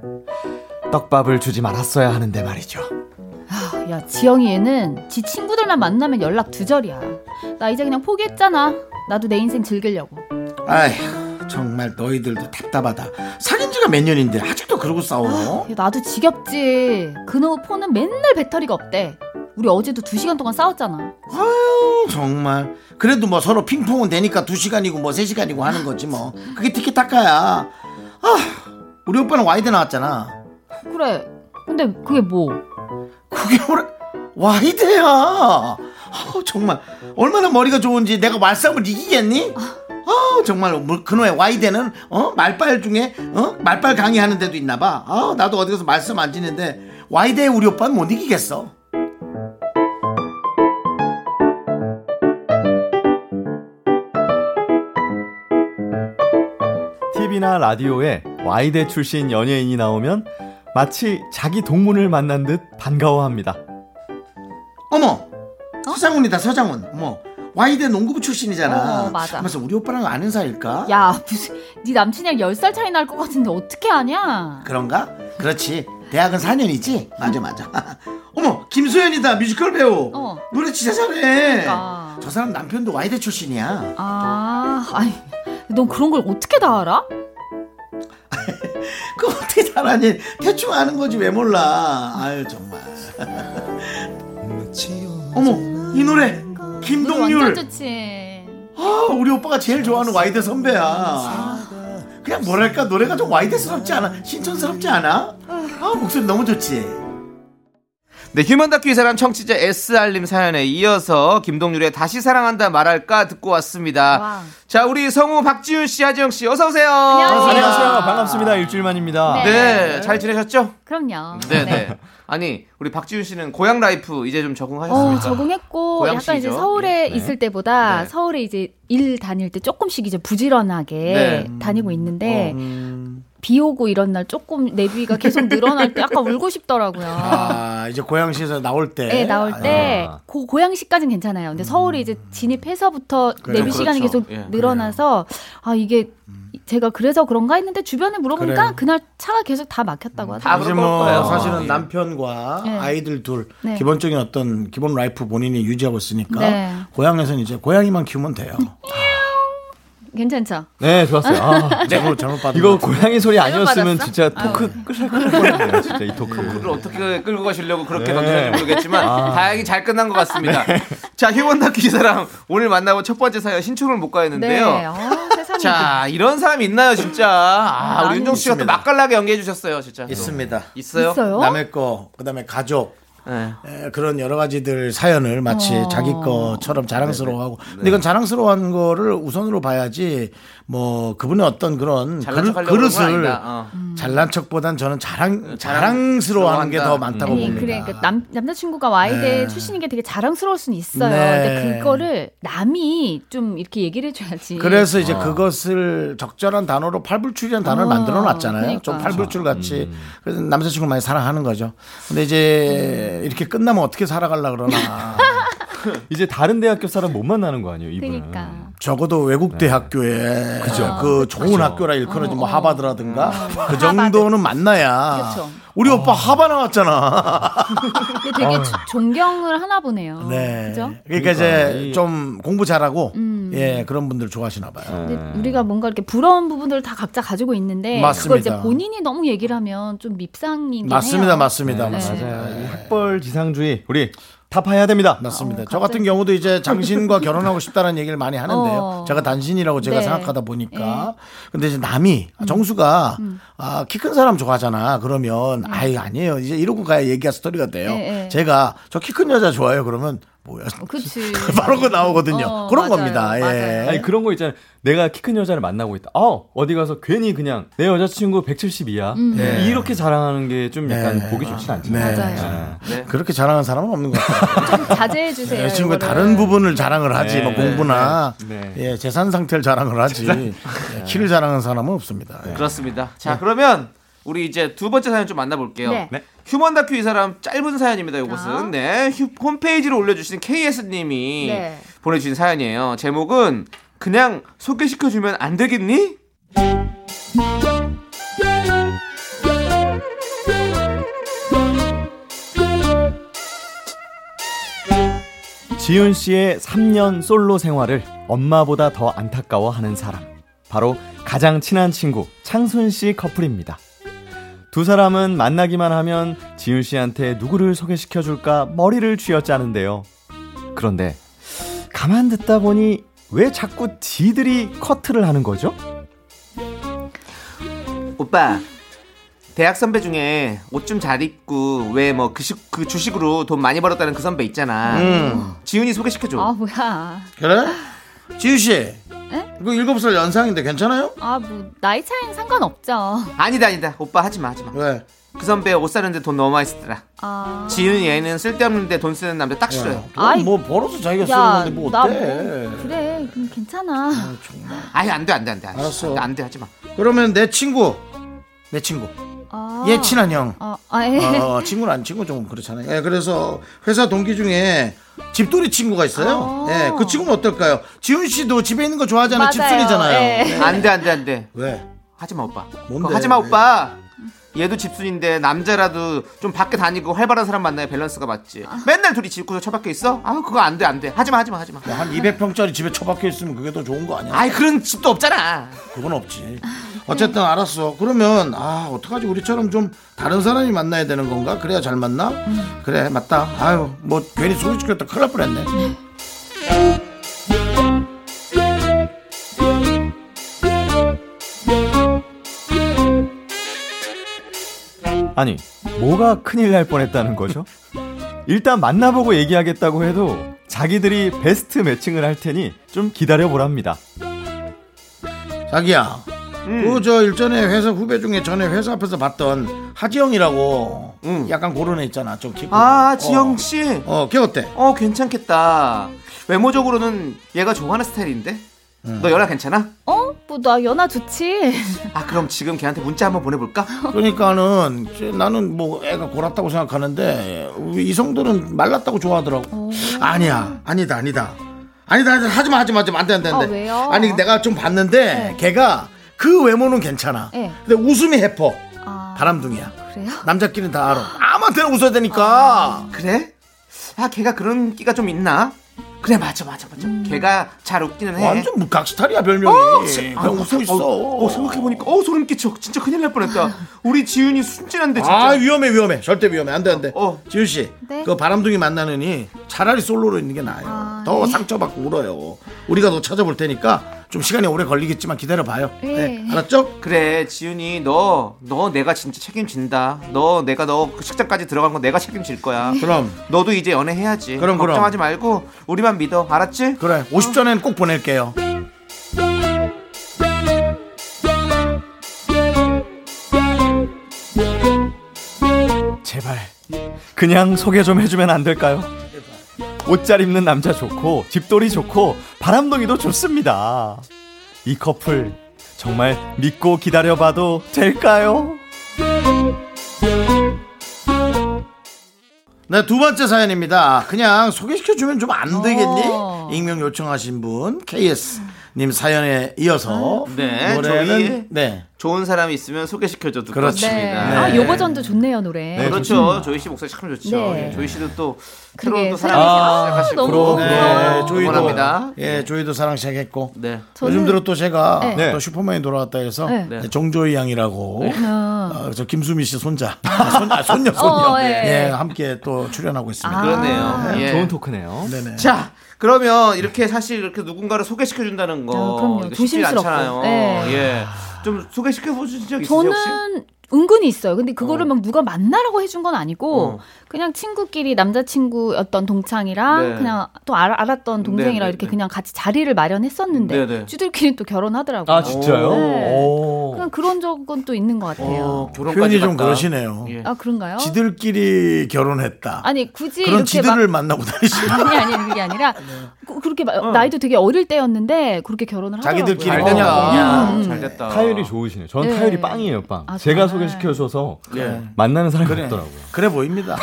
떡밥을 주지 말았어야 하는데 말이죠.
아, 야, 지영이 얘는 지 친구들만 만나면 연락 두절이야. 나 이제 그냥 포기했잖아. 나도 내 인생 즐기려고.
아휴 정말 너희들도 답답하다 사귄 지가 몇 년인데 아직도 그러고 싸워
야, 나도 지겹지. 그놈의 폰은 맨날 배터리가 없대. 우리 어제도 두 시간 동안 싸웠잖아.
아유 정말 그래도 뭐 서로 핑퐁은 되니까 두시간이고 뭐 세시간이고 하는 거지 뭐 그게 티키타카야 아 우리 오빠는 와이드 나왔잖아
그래. 근데 그게 뭐?
그게 뭐래 와이드야 아 정말 얼마나 머리가 좋은지 내가 말싸움을 이기겠니? 아 정말 뭐 그놈의 와이드는 어 말빨 중에 어 말빨 강의하는 데도 있나봐 아 나도 어디 가서 말싸움 안 지는데 와이드의 우리 오빠는 못 이기겠어
TV나 라디오에 와이대 출신 연예인이 나오면 마치 자기 동문을 만난 듯 반가워합니다.
어머 서장훈이다 서장훈 어머 와이대 농구부 출신이잖아
어, 맞아.
그래서 우리 오빠랑 아는 사이일까
야, 무슨 네 남친이랑 10살 차이 날 것 같은데 어떻게 아냐?
그런가 그렇지 대학은 4년이지 맞아 맞아 어머 김소연이다 뮤지컬 배우
어.
노래 진짜 잘해
그러니까.
저 사람 남편도 와이대 출신이야
아, 아니, 넌 그런 걸 어떻게 다 알아?
그거 어떻게 잘하니 대충 아는 거지 왜 몰라 아유 정말 어머 이 노래
노래 완전
김동률
좋지.
아, 우리 오빠가 제일 좋아하는 와이드 선배야. 그냥 뭐랄까 노래가 좀 와이드스럽지 않아? 신촌스럽지 않아? 아 목소리 너무 좋지.
네, 휴먼 다큐 이 사람 청취자 S알림 사연에 이어서 김동률의 다시 사랑한다 말할까 듣고 왔습니다.
와.
자, 우리 성우 박지윤 씨, 하지영 씨, 어서오세요.
안녕하세요.
안녕하세요. 반갑습니다. 일주일만입니다.
네.
네, 잘 지내셨죠?
그럼요.
네, 네. 아니, 우리 박지윤 씨는 고향 라이프 이제 좀 적응하셨습니까?
어, 적응했고
고양시죠?
약간 이제 서울에
네.
있을 때보다
네.
서울에 이제 일 다닐 때 조금씩 이제 부지런하게
네. 음.
다니고 있는데 비 오고 이런 날 조금 내비가 계속 늘어날 때 약간 울고 싶더라고요.
아 이제 고양시에서 나올 때.
네, 나올 때
아.
고, 고양시까지는 괜찮아요. 근데 서울이 이제 진입해서부터
음. 그래요. 음.
내비 시간이
그렇죠.
계속
예,
늘어나서 아 이게 제가 그래서 그런가 했는데 주변에 물어보니까
그래요.
그날 차가 계속 다 막혔다고 하더라고요.
다
이제
그럴
뭐
거예요.
네.
사실은
아,
예.
남편과
네.
아이들 둘
네.
기본적인 어떤 기본 라이프 본인이 유지하고 있으니까
네.
고향에서는 이제 고양이만 키우면 돼요.
괜찮죠?
네, 좋았어요. 아,
잘못 잘못 받은
이거
것 같아요.
고양이 소리 아니었으면
받았어? 아.
진짜 토크 끌끌끌끌거리네요. 진짜 이
그걸
토크.
어떻게 끌고 가시려고 그렇게
네.
던지는지 모르겠지만 다행히 잘 끝난 것 같습니다. 자, 휴먼 다큐 이 사람 오늘 만나본 첫 번째 사연 신청을 못 가했는데요.
네. 어, 세상에.
자, 이런 사람이 있나요, 진짜? 아,
많이
우리 윤정 씨가 또
있습니다.
맛깔나게 연기해 주셨어요, 진짜. 또.
있습니다.
있어요?
있어요?
남의 거 그다음에 가족
네.
에, 그런 여러 가지들 사연을 마치
어.
자기 것처럼
네,
자랑스러워하고 근데 이건 자랑스러워하는 거를 우선으로 봐야지 뭐 그분의 어떤 그런
잘난
그릇-
척하려고 그런 건
그릇을
아니다. 어.
음.
잘난 척보단 저는 자랑 자랑스러워하는 게 더
자랑스러워한다. 음.
많다고
아니,
봅니다.
그래, 그러니까 남, 남자친구가 와이대
네.
출신인 게 되게 자랑스러울 수는 있어요.
네.
근데 그거를 남이 좀 이렇게 얘기를 해줘야지.
그래서
아.
이제 그것을 적절한 단어로 팔불출이라는 단어를
어,
만들어 놨잖아요. 좀
그러니까.
팔불출 같이.
음.
그래서 남자친구를 많이 사랑하는 거죠. 근데
음.
이제 이렇게 끝나면 어떻게 살아가려 그러나.
이제 다른 대학교 사람 못 만나는 거 아니에요, 이분은.
음.
그러니까.
적어도 외국 대학교에 네. 그 좋은 학교라 일컬어지 뭐 하바드라든가 그 정도는 만나야
그렇죠.
우리 오빠 하바 나왔잖아.
근데 되게 조- 존경을 하나 보네요.
어. 네.
그죠? 음.
그러니까, 이제 좀 공부 잘하고 예 그런 분들 좋아하시나 봐요.
근데 우리가 뭔가 이렇게 부러운 부분들을 다 각자 가지고 있는데 그걸
맞습니다.
이제 본인이 너무 얘기를 하면 좀 밉상이긴
맞습니다,
해요.
맞습니다, 맞습니다.
맞아요. 이 학벌 지상주의 우리 타파해야 됩니다.
맞습니다.
어,
저 같은 경우도 이제 장신과 결혼하고 싶다는 얘기를 많이 하는데요.
어.
제가 단신이라고 제가
네. 예.
생각하다 보니까. 근데 이제 남이,
음.
정수가, 아, 키 큰 사람 좋아하잖아. 그러면, 아이, 아니에요. 이제 이러고 가야 얘기가 스토리가 돼요.
네, 네.
제가 저 키 큰 여자 좋아해요. 그러면, 뭐야.
그치.
바로 그 나오거든요.
어,
그런
맞아요,
겁니다. 예.
맞아요.
아니 그런 거 있잖아요. 내가 키 큰 여자를 만나고 있다. 어 어디 가서 괜히 그냥 내 여자친구 172야.
음.
네. 이렇게 자랑하는 게 좀 약간 보기 좋진 않잖아요.
네.
맞아요.
그렇게 자랑하는 사람은 없는 것 같아요.
자제해 주세요.
내 친구가
이거를.
네, 그
네.
다른 부분을 자랑을 하지, 뭐 공부나
네, 네.
예, 재산 상태를 자랑을 하지, 예, 키를 자랑하는 사람은 없습니다.
그렇죠.
예.
그렇습니다. 자, 그러면 우리 이제 두 번째 사연 좀 만나볼게요.
네.
네.
휴먼 다큐 이 사람 짧은 사연입니다.
아.
이것은 네 휴- 홈페이지로 올려주신 KS님이
네.
보내주신 사연이에요. 제목은 그냥 소개시켜 주면 안 되겠니?
지윤 씨의 3년 솔로 생활을 엄마보다 더 안타까워하는 사람. 바로 가장 친한 친구 창순 씨 커플입니다. 두 사람은 만나기만 하면 지윤 씨한테 누구를 소개시켜 줄까 머리를 쥐어짜는데요. 그런데 가만 듣다 보니 왜 자꾸 지들이 커트를 하는 거죠?
오빠 대학 선배 중에 옷 좀 잘 입고 왜 뭐 그 주식으로 돈 많이 벌었다는 그 선배 있잖아.
음.
지훈이 소개시켜 줘.
아 뭐야.
그래? 지유 씨. 이거 일곱 살 연상인데 괜찮아요?
아 뭐 나이 차이는 상관없죠.
아니다 아니다 오빠 하지 마 하지 마.
왜?
그 선배 옷 사는데 돈 너무 많이 쓰더라.
아.
지윤이 얘는 쓸데없는데 돈 쓰는 남자 딱 싫어요.
아이,
뭐 벌어서 자기가 쓰는
야,
건데 뭐
나
어때?
뭐, 그래, 그럼 괜찮아.
아예 안돼 안돼 안돼.
알았어.
안돼 안돼 하지 마.
그러면 내 친구, 내 친구,
아,
얘 예, 친한 형.
아, 아, 예.
어, 친구는 안 친구 좀 그렇잖아요. 예, 그래서 회사 동기 중에 집돌이 친구가 있어요.
어.
예, 그 친구는 어떨까요? 지훈 씨도 집에 있는 거 좋아하잖아요.
맞아요.
집순이잖아요.
예.
안돼 안돼 안돼.
왜? 뭐
하지 마 오빠.
뭔데?
그거 하지 마
왜?
오빠. 얘도 집순인데 남자라도 좀 밖에 다니고 활발한 사람 만나야 밸런스가 맞지. 맨날 둘이 집구석 처박혀 있어? 아 그거 안돼 안돼. 하지 마 하지 마 하지 마.
한 200평짜리 집에 처박혀 있으면 그게 더 좋은 거 아니야?
아이 그런 집도 없잖아.
그건 없지. 어쨌든 알았어. 그러면 아 어떡하지 우리처럼 좀 다른 사람이 만나야 되는 건가? 그래야 잘 만나? 그래 맞다. 아유 뭐 괜히 소개시켰다 큰일 날 뻔했네.
아니, 뭐가 큰일 날 뻔했다는 거죠? 일단 만나보고 얘기하겠다고 해도 자기들이 베스트 매칭을 할 테니 좀 기다려보랍니다.
자기야.
음.
그 저 일전에 회사 후배 중에 전에 회사 앞에서 봤던 하지영이라고 약간 그런 애 있잖아. 좀키 크고.
음. 아 지영 씨.
어, 어, 걔 어때?
어 괜찮겠다. 외모적으로는 얘가 좋아하는 스타일인데. 너 연락 괜찮아?
어? 뭐, 나 연하 좋지.
아 그럼 지금 걔한테 문자 한번 보내볼까?
그러니까는 쟤- 나는 뭐 애가 골았다고 생각하는데 이 성들은 말랐다고
어.
좋아하더라고. 아니야, 아니다, 아니다, 아니다, 아니다 하지마, 하지마, 하지마, 안돼, 안돼, 안돼.
아, 왜요?
니 내가 좀 봤는데
네.
걔가 그 외모는 괜찮아.
네.
근데 웃음이 해퍼,
아,
바람둥이야.
그래요?
남자끼리는 다 알아. 아무한테나 웃어야 되니까.
그래? 아 걔가 그런 끼가 좀 있나? 그래 맞아 맞아 맞아. 걔가 잘 웃기는 해.
음. 완전 뭐 각스탈이야 별명이.
네. 아,
그냥 웃고 있어.
어, 어, 생각해보니까 어 소름 끼쳐. 진짜 큰일 날 뻔했다. 우리 지윤이 순진한데 진짜.
아 위험해 위험해 절대 위험해 안돼 안돼
어, 어.
지윤 씨그
네?
바람둥이 만나느니 차라리 솔로로 있는 게 나아요
아,
더
네.
상처받고 울어요 우리가 더 찾아볼 테니까 좀 시간이 오래 걸리겠지만 기다려봐요
네.
알았죠
그래 지윤이 너 너 내가 진짜 책임진다. 너 내가 너그 식장까지 들어간 거 내가 책임질 거야.
그럼
너도 이제 연애해야지.
그럼, 그럼.
걱정하지 말고 우리만 믿어. 알았지?
그래 50전에는 꼭 보낼게요
제발 그냥 소개 좀 해주면 안 될까요? 옷 잘 입는 남자 좋고 집돌이 좋고 바람둥이도 좋습니다. 이 커플 정말 믿고 기다려봐도 될까요?
네 두 번째 사연입니다 그냥 소개시켜주면 좀 안 되겠니
어.
익명 요청하신 분 KS 님 사연에 이어서
네, 저희-
노래는 네.
좋은 사람이 있으면 소개시켜줘 듣고
그렇죠.
왔습니다.
네.
네.
아, 요 버전도 좋네요, 노래.
네.
그렇죠. 조이 씨 목소리 참 좋죠.
네.
예, 조이 씨도 또
그러게,
새로운 또
새로운
사랑을
사랑.
시작하시고
아, 너무
네.
부러워요.
응원합니다.
어, 예, 조이도 사랑 시작했고.
네.
요즘 들어 또 제가
네.
또 슈퍼맨이 돌아왔다 해서
네.
네.
정조이 양이라고
어.
어, 저 김수미 씨 손자, 아, 손, 아, 손녀 손녀
어, 예. 아,
예. 함께 또 출연하고 있습니다.
그렇네요. 예.
좋은 토크네요.
네네.
자, 그러면 이렇게 사실 이렇게 누군가를 소개시켜 준다는 거
아, 그럼요.
이거 쉽지
조심스럽고.
않잖아요.
네.
예. 좀 소개시켜 보신 적 있으세요, 혹시?
저는 은근히 있어요. 근데 그거를 막 누가 만나라고 해준 건 아니고
어.
그냥 친구끼리 남자친구였던 동창이랑
네.
그냥 또 알, 알았던 동생이랑
네,
이렇게
네.
그냥 같이 자리를 마련했었는데
네, 네.
쥐들끼리 또 결혼하더라고요.
아 진짜요?
네.
오.
그냥 그런 적은 또 있는 것 같아요.
어,
표현이
결혼까지
좀
갔다.
그러시네요.
예.
아 그런가요?
지들끼리 결혼했다.
아니 굳이
그런
이렇게 막
지들을 만나고 다니시는
아니 아니 그게 아니라
네.
그- 그렇게 막 나이도 되게 어릴 때였는데 그렇게 결혼을
자기들끼리
잘
하더라고요.
그냥
됐다.
음.
잘 됐다.
타율이 좋으시네요. 저는
네.
타율이 빵이에요, 빵.
아,
제가
정말.
소개시켜줘서
예.
만나는 사람이
그래.
없더라고요.
그래 보입니다.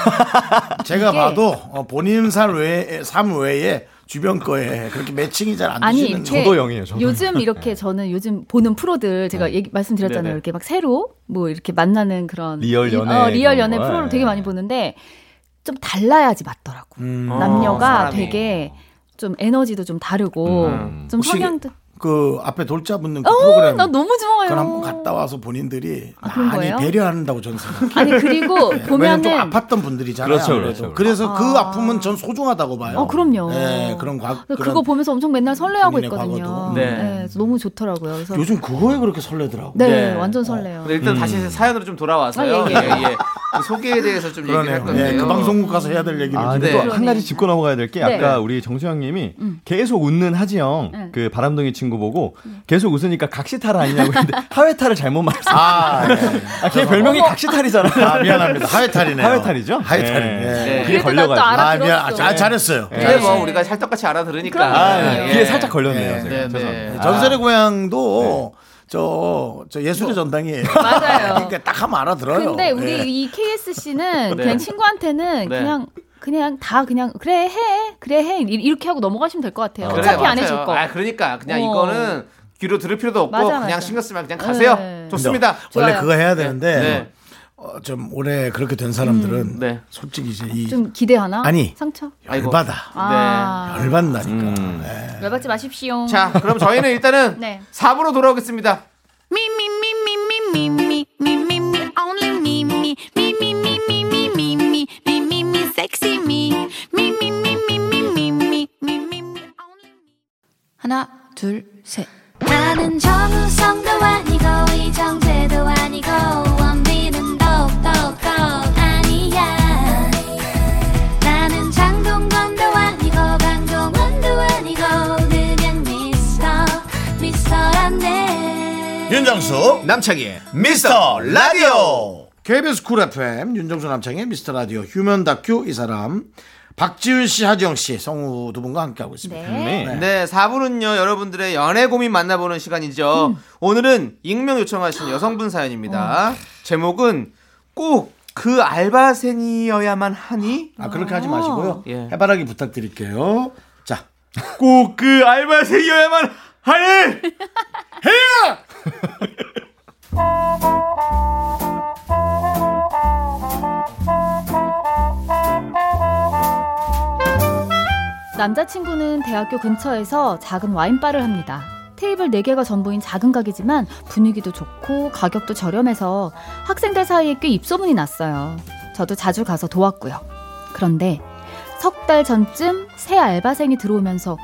제가
이게-
봐도 어, 본인 삶 외에 삶 외에 주변 거에 그렇게 매칭이 잘 안
아니,
되시는
이렇게-
저도 영이에요, 저도.
요즘 이렇게 저는 요즘 보는 프로들 제가 얘기 말씀드렸잖아요.
네네.
이렇게 막 새로 뭐 이렇게 만나는 그런
리얼 연애
어, 리얼
그런
연애
거야.
프로를 되게 많이 보는데 좀 달라야지 맞더라고.
음.
어,
남녀가
사람이.
되게 좀 에너지도 좀 다르고
음.
좀
혹시
성향도
그 앞에 돌자 붙는 그
어,
프로그램
나 너무 좋아요.
그걸 한번 갔다 와서 본인들이
아, 그런
많이
거예요?
배려한다고 저는 생각해요.
아니 그리고
왜냐면 좀
보면은
아팠던 분들이잖아요.
그렇죠,
아무래도.
그렇죠, 그렇죠.
그래서 그 아픔은 전 소중하다고 봐요.
어, 그럼요.
네, 그런 과
그거
그런-
보면서 엄청 맨날 설레하고
본인의
있거든요.
과거도. 음.
네.
네.
그래서 너무 좋더라고요. 그래서
요즘 그거에 그렇게 설레더라고.
네,
네.
어.
완전 설레요.
근데 일단
음.
다시 사연으로 좀 돌아와서요.
아, 예,
예,
예.
예. 그 소개에 대해서 좀 얘기를 할
그러네요.
건데요.
네, 그 방송국 가서 해야 될 얘기를
아,
좀
근데
네.
또 한 가지 짚고 넘어가야 될 게
네.
아까 우리 정수영님이
음.
계속 웃는 하지영
네.
그 바람둥이 친구 보고 계속 웃으니까 각시탈 아니냐고 했는데 하회탈을 잘못 말했어요.
아, 네.
아, 걔 별명이 각시탈이잖아요.
아, 미안합니다. 하회탈이네요.
하회탈이죠?
하회탈.
네.
네.
네.
귀에 걸려가지고.
그래도 나또 알아-
아, 미안. 아,
들었어.
잘, 잘했어요.
근데 뭐
네.
우리가 찰떡같이 알아들으니까.
그럼요.
아, 네.
예.
귀에 살짝 걸렸네요. 아. 네.
네.
제가.
네,
죄송합니다.
네.
전설의 고향도 저, 저 예술의 전당이에요.
뭐, 맞아요.
그러니까 딱 하면 알아들어요.
근데 우리
예.
이 KSC는
네.
그냥 친구한테는
네.
그냥 그냥 다 그냥 그래 해 그래 해 이- 이렇게 하고 넘어가시면 될 것 같아요. 어차피
맞아요.
안 해줄 거.
아, 그러니까 그냥
어.
이거는 귀로 들을 필요도 없고
맞아, 맞아.
그냥 신경 쓰면 그냥 가세요.
네.
좋습니다.
원래
좋아요.
그거 해야 되는데
네.
어, 좀 올해 그렇게 된 사람들은
네.
솔직히 이제 이
좀 기대하나?
아니.
상처.
아이고. 음.
열받아.
아
열받나니까.
네.
열받지 마십시오.
자, 그럼 저희는 일단은
네.
4부로 돌아오겠습니다.
Me, me, me, me, me, me, me, me, me, me, only me, me, me, me, me, me, me, me, me, me, me, me, sexy me. Me, me, me, me, me, me, me, me, me, me, only me.
하나, 둘, 셋.
나는 정우성도 아니고 이정재도 아니고 원빈은 더욱더 아니야 나는 장동건도 아니고 강동원도 아니고 그냥 미스터 미스터란데
윤정수
남창희의
미스터 라디오 KBS 쿨 FM 윤정수 남창의 미스터 라디오 휴면 다큐 이 사람 박지윤 씨 하지영 씨 성우 두 분과 함께하고 있습니다.
네.
네, 4부는요, 여러분들의 연애 고민 만나보는 시간이죠. 오늘은 익명 요청하신 여성분 사연입니다. 제목은 꼭 그 알바생이어야만 하니?
아 그렇게 하지 마시고요.
예.
해바라기 부탁드릴게요. 자
꼭 그 알바생이어야만 하니!
남자친구는 대학교 근처에서 작은 와인바를 합니다. 테이블 4개가 전부인 작은 가게지만 분위기도 좋고 가격도 저렴해서 학생들 사이에 꽤 입소문이 났어요. 저도 자주 가서 도왔고요. 그런데 석 달 전쯤 새 알바생이 들어오면서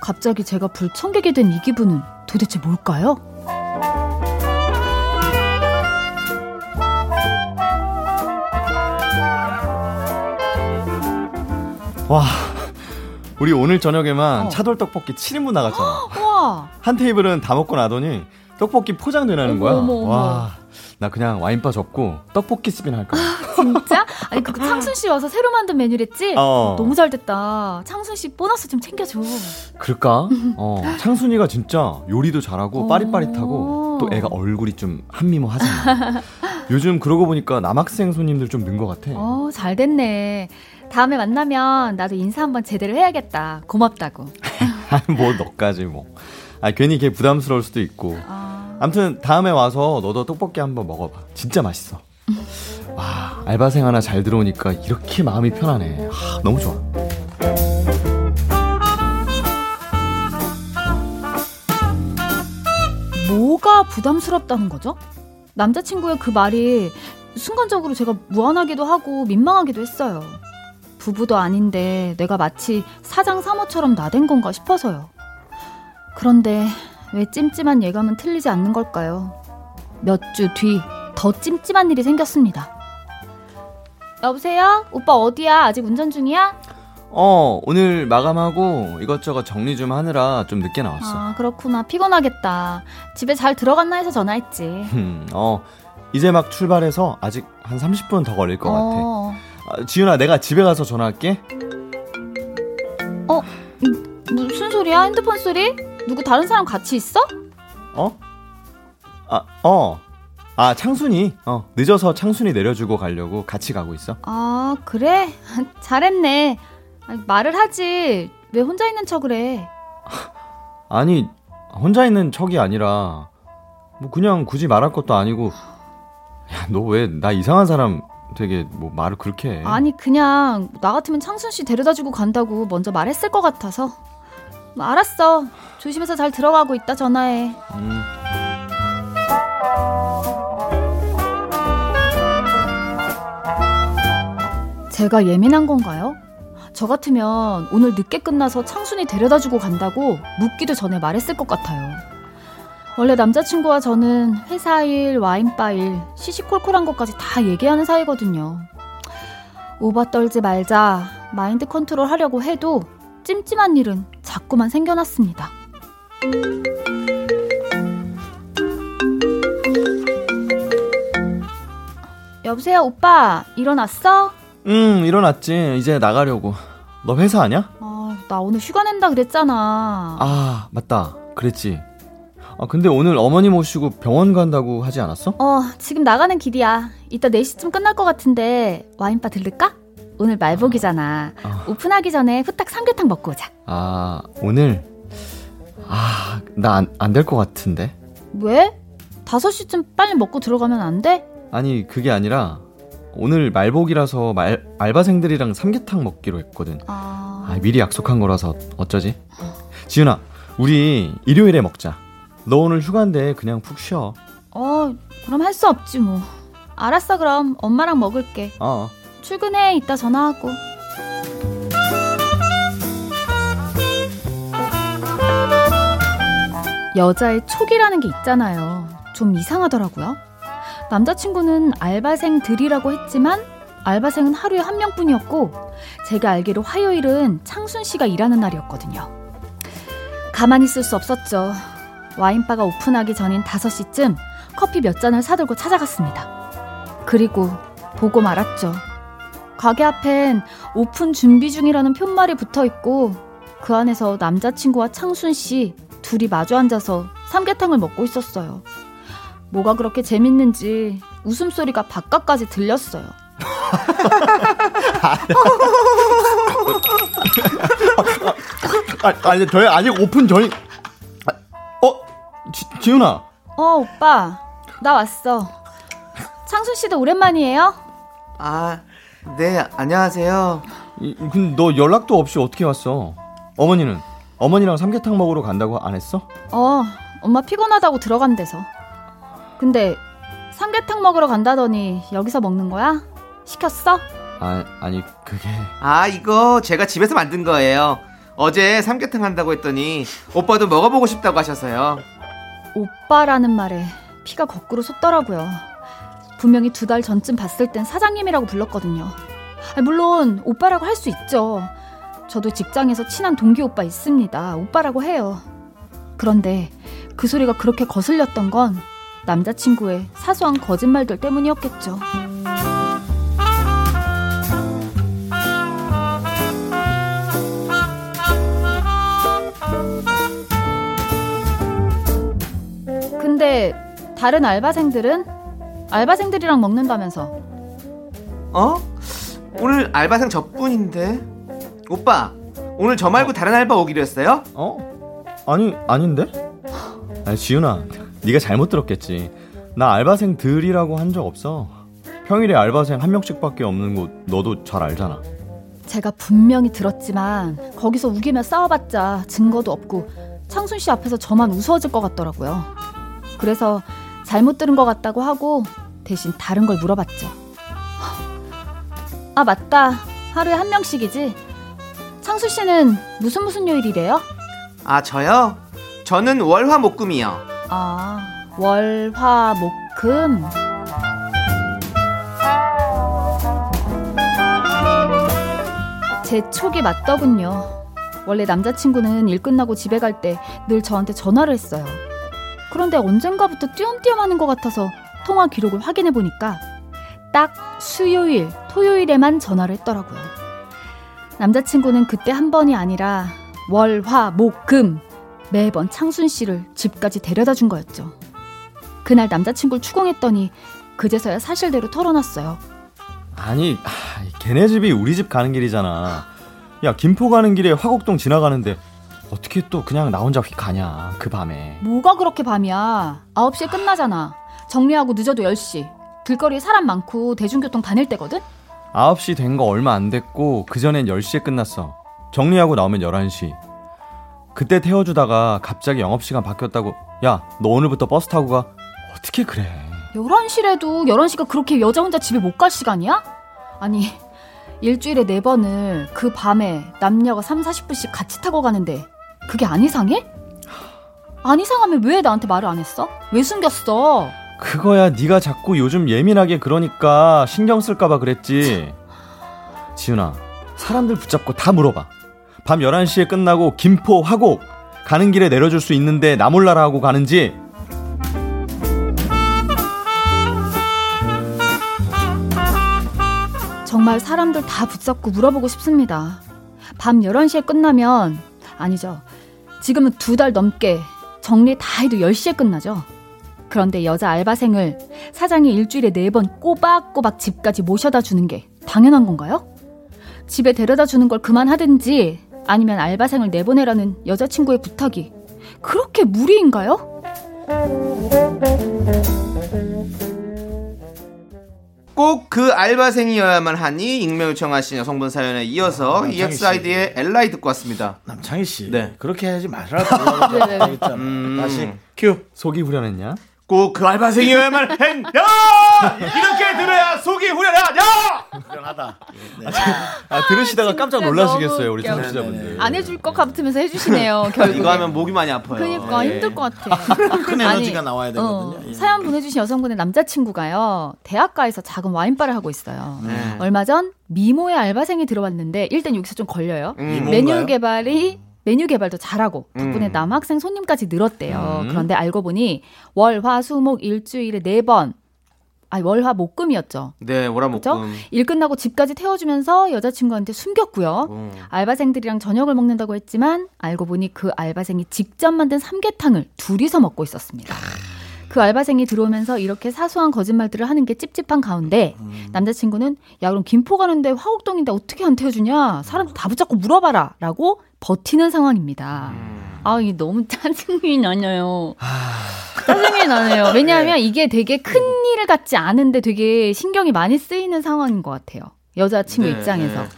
갑자기 제가 불청객이 된 이 기분은 도대체 뭘까요?
와, 우리 오늘 저녁에만
어.
차돌 떡볶이 7인분 나갔잖아.
우와!
한 테이블은 다 먹고 나더니 떡볶이 포장되라는
어머,
거야.
어머, 어머.
와, 나 그냥 와인바 접고 떡볶이 스이나 할까.
진짜? 아니 그 창순 씨 와서 새로 만든 메뉴랬지?
어.
너무 잘 됐다. 창순 씨 보너스 좀 챙겨줘.
그럴까? 어, 창순이가 진짜 요리도 잘하고
어.
빠릿빠릿하고 또 애가 얼굴이 좀 한미모 하잖아. 요즘 그러고 보니까 남학생 손님들 좀 는 것 같아.
어, 잘 됐네. 다음에 만나면 나도 인사 한번 제대로 해야겠다. 고맙다고.
아니, 뭐 너까지 뭐. 아 괜히 걔 부담스러울 수도 있고. 아무튼 다음에 와서 너도 떡볶이 한번 먹어봐. 진짜 맛있어. 와 알바생 하나 잘 들어오니까 이렇게 마음이 편하네. 아, 너무 좋아.
뭐가 부담스럽다는 거죠? 남자친구의 그 말이 순간적으로 제가 무안하기도 하고 민망하기도 했어요. 부부도 아닌데 내가 마치 사장 사모처럼 나댄 건가 싶어서요. 그런데 왜 찜찜한 예감은 틀리지 않는 걸까요? 몇 주 뒤 더 찜찜한 일이 생겼습니다. 여보세요? 오빠 어디야? 아직 운전 중이야?
어 오늘 마감하고 이것저것 정리 좀 하느라 좀 늦게 나왔어.
아, 그렇구나. 피곤하겠다. 집에 잘 들어갔나 해서 전화했지.
음, 어 이제 막 출발해서 아직 한 30분 더 걸릴 것 같아.
어,
아, 지윤아 내가 집에 가서 전화할게.
무슨 소리야? 핸드폰 소리? 누구 다른 사람 같이 있어?
어? 아, 어. 아, 창순이. 어, 늦어서 창순이 내려주고 가려고 같이 가고 있어.
아, 그래? 잘했네. 아니, 말을 하지. 왜 혼자 있는 척을 해?
아니, 혼자 있는 척이 아니라, 뭐, 그냥 굳이 말할 것도 아니고, 야, 너 왜 나 이상한 사람 되게 뭐 말을 그렇게 해.
아니, 그냥 나 같으면 창순 씨 데려다 주고 간다고 먼저 말했을 것 같아서. 뭐, 알았어. 조심해서 잘 들어가고 있다 전화해.
음.
제가 예민한 건가요? 저 같으면 오늘 늦게 끝나서 창순이 데려다 주고 간다고 묻기도 전에 말했을 것 같아요. 원래 남자친구와 저는 회사 일, 와인바 일, 시시콜콜한 것까지 다 얘기하는 사이거든요. 오바 떨지 말자, 마인드 컨트롤 하려고 해도 찜찜한 일은 자꾸만 생겨났습니다. 여보세요, 오빠. 일어났어?
음, 일어났지. 이제 나가려고. 너 회사 아냐?
아, 나 오늘 휴가 낸다 그랬잖아.
아, 맞다. 그랬지. 아, 근데 오늘 어머니 모시고 병원 간다고 하지 않았어?
어, 지금 나가는 길이야. 이따 4시쯤 끝날 것 같은데 와인바 들를까? 오늘 말복이잖아. 오픈하기 전에 후딱 삼계탕 먹고 오자.
아, 오늘, 아, 나 안, 안 될 것 같은데.
왜? 5시쯤 빨리 먹고 들어가면 안 돼?
아니 그게 아니라 오늘 말복이라서 말, 알바생들이랑 삼계탕 먹기로 했거든
아,
아, 미리 약속한 거라서 어쩌지 지윤아 우리 일요일에 먹자 너 오늘 휴가인데 그냥 푹 쉬어
어, 그럼 할 수 없지 뭐. 알았어, 그럼 엄마랑 먹을게.
어
출근해, 이따 전화하고. 여자의 촉이라는 게 있잖아요. 좀 이상하더라고요. 남자친구는 알바생들이라고 했지만 알바생은 하루에 한 명뿐이었고 제가 알기로 화요일은 창순 씨가 일하는 날이었거든요. 가만히 있을 수 없었죠. 와인바가 오픈하기 전인 5시쯤 커피 몇 잔을 사들고 찾아갔습니다. 그리고 보고 말았죠. 가게 앞엔 오픈 준비 중이라는 편말이 붙어 있고 그 안에서 남자친구와 창순 씨 둘이 마주 앉아서 삼계탕을 먹고 있었어요. 뭐가 그렇게 재밌는지 웃음소리가 바깥까지 들렸어요.
아, 아니 저희 아직 오픈 전이 아, 어 지, 지윤아
어, 오빠. 나 왔어. 창순 씨도 오랜만이에요?
아, 네, 안녕하세요.
이- 근데 너 연락도 없이 어떻게 왔어 어머니는 어머니랑 삼계탕 먹으러 간다고 안 했어
어, 엄마 피곤하다고 들어간대서. 근데 삼계탕 먹으러 간다더니 여기서 먹는 거야? 시켰어?
아 아니 그게
아 이거 제가 집에서 만든 거예요. 어제 삼계탕 한다고 했더니 오빠도 먹어보고 싶다고 하셔서요.
오빠라는 말에 피가 거꾸로 솟더라고요. 분명히 두 달 전쯤 봤을 땐 사장님이라고 불렀거든요. 아니, 물론 오빠라고 할 수 있죠. 저도 직장에서 친한 동기 오빠 있습니다. 오빠라고 해요. 그런데 그 소리가 그렇게 거슬렸던 건 남자친구의 사소한 거짓말들 때문이었겠죠. 근데 다른 알바생들은 알바생들이랑 먹는다면서.
어? 오늘 알바생 저뿐인데. 오빠, 오늘 저
어.
말고 다른 알바 오기로 했어요?
어? 아니 아닌데? 아니 지윤아, 네가 잘못 들었겠지. 나 알바생들이라고 한 적 없어. 평일에 알바생 한 명씩밖에 없는 곳 너도 잘 알잖아.
제가 분명히 들었지만 거기서 우기며 싸워봤자 증거도 없고 창순 씨 앞에서 저만 우스워질 것 같더라고요. 그래서 잘못 들은 것 같다고 하고 대신 다른 걸 물어봤죠. 아 맞다. 하루에 한 명씩이지. 창수 씨는 무슨 무슨 요일이래요?
아, 저요? 저는 월화목금이요.
아 월화목금. 제 촉이 맞더군요. 원래 남자친구는 일 끝나고 집에 갈 때 늘 저한테 전화를 했어요. 그런데 언젠가부터 띄엄띄엄 하는 것 같아서 통화 기록을 확인해 보니까 딱 수요일, 토요일에만 전화를 했더라고요. 남자친구는 그때 한 번이 아니라 월, 화, 목, 금 매번 창순 씨를 집까지 데려다 준 거였죠. 그날 남자친구를 추궁했더니 그제서야 사실대로 털어놨어요.
아니 하, 걔네 집이 우리 집 가는 길이잖아. 야 김포 가는 길에 화곡동 지나가는데 어떻게 또 그냥 나 혼자 휙 가냐 그 밤에.
뭐가 그렇게 밤이야? 9시에 끝나잖아. 정리하고 늦어도 10시. 길거리에 사람 많고 대중교통 다닐 때거든?
9시 된 거 얼마 안 됐고 그전엔 10시에 끝났어. 정리하고 나오면 11시. 그때 태워주다가 갑자기 영업시간 바뀌었다고 야 너 오늘부터 버스 타고 가. 어떻게 그래.
11시래도 11시가 그렇게 여자 혼자 집에 못 갈 시간이야? 아니, 일주일에 네번을그 밤에 남녀가 3, 40분씩 같이 타고 가는데 그게 안 이상해? 안 이상하면 왜 나한테 말을 안 했어? 왜 숨겼어?
그거야 네가 자꾸 요즘 예민하게 그러니까 신경 쓸까봐 그랬지. 지윤아 사람들 붙잡고 다 물어봐. 밤 11시에 끝나고 김포 화곡 가는 길에 내려줄 수 있는데 나 몰라라 하고 가는지
정말 사람들 다 붙잡고 물어보고 싶습니다. 밤 11시에 끝나면, 아니죠. 지금은 두 달 넘게 정리 다 해도 10시에 끝나죠. 그런데 여자 알바생을 사장이 일주일에 네 번 꼬박꼬박 집까지 모셔다 주는 게 당연한 건가요? 집에 데려다 주는 걸 그만하든지 아니면 알바생을 내보내라는 여자친구의 부탁이 그렇게 무리인가요?
꼭 그 알바생이어야만 하니 익명 요청하신 여성분 사연에 이어서
아,
EXID의 엘라이 듣고 왔습니다.
남창희 씨.
네.
그렇게 하지 말라고.
네, 네, 네.
그랬잖아요.
음.
다시 큐. 네,
속이 후련했냐?
꼭 그 알바생이어야만 했냐? 이렇게 들어야 속이 후련하냐? 네.
편하다.
아 들으시다가 깜짝
진짜
놀라시겠어요
너무
우리
웃겨.
네,
청취자분들.
안 해줄 것 같으면서 해주시네요, 결국.
이거 하면 목이 많이 아파요.
그러니까
예.
힘들 것 같아.
큰 네. 에너지가 나와야 되거든요.
어,
예.
사연 보내주신 여성분의 남자친구가요 대학가에서 작은 와인바를 하고 있어요.
음.
네.
얼마 전 미모의 알바생이 들어왔는데 일단 여기서 좀 걸려요.
음.
메뉴 개발이 메뉴 개발도 잘하고 덕분에
음.
남학생 손님까지 늘었대요.
음.
그런데 알고 보니 월화수목 일주일에 네 번, 아니 월화목금이었죠.
네,
그죠?
오라목금.
일 끝나고 집까지 태워주면서 여자친구한테 숨겼고요.
음.
알바생들이랑 저녁을 먹는다고 했지만 알고 보니 그 알바생이 직접 만든 삼계탕을 둘이서 먹고 있었습니다. 그 알바생이 들어오면서 이렇게 사소한 거짓말들을 하는 게 찝찝한 가운데
음.
남자친구는 야 그럼 김포 가는데 화곡동인데 어떻게 안 태워주냐 사람 다 붙잡고 물어봐라라고 버티는 상황입니다.
음.
아 이게 너무 짜증이 나네요.
아.
짜증이
예.
나네요. 왜냐하면 이게 되게 큰 일 같지 않은데 되게 신경이 많이 쓰이는 상황인 것 같아요. 여자친구
네,
입장에서.
네.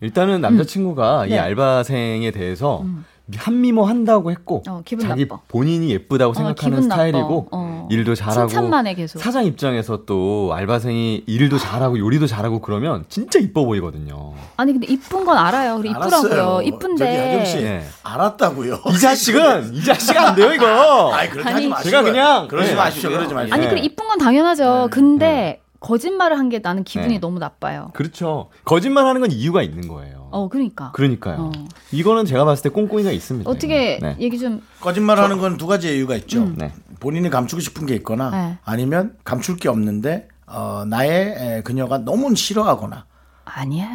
일단은 남자친구가 이
음. 네.
알바생에 대해서
음.
한미모 한다고 했고
어, 기분
자기
나빠. 어,
본인이 예쁘다고 생각하는
기분 나빠.
스타일이고
어.
일도 잘하고
칭찬만 해 계속.
사장 입장에서 또 알바생이 일도 잘하고 요리도 잘하고 그러면 진짜 이뻐 보이거든요.
아니 근데 이쁜 건 알아요. 그래 이쁘라고요.
알았어요. 저기 하경 씨
이쁜데.
예.
알았다고요.
이 자식은 이 자식 안 돼요 이거.
아이 그렇게
아니,
하지 마시고.
제가 그냥-
그러지
네.
마시고. 그렇죠, 그러지 마시고.
아니
예.
그래 이쁜 건 당연하죠. 근데 거짓말을 한 게 나는 기분이
네.
너무 나빠요.
그렇죠. 거짓말하는 건 이유가 있는 거예요.
어 그러니까.
그러니까요.
어.
이거는 제가 봤을 때 꽁꽁이가 있습니다.
어떻게
이거. 네.
얘기 좀
거짓말하는 건 두 가지 이유가 있죠.
네.
본인이 감추고 싶은 게 있거나
네.
아니면 감출 게 없는데 어, 나의 에, 그녀가 너무 싫어하거나
아니야.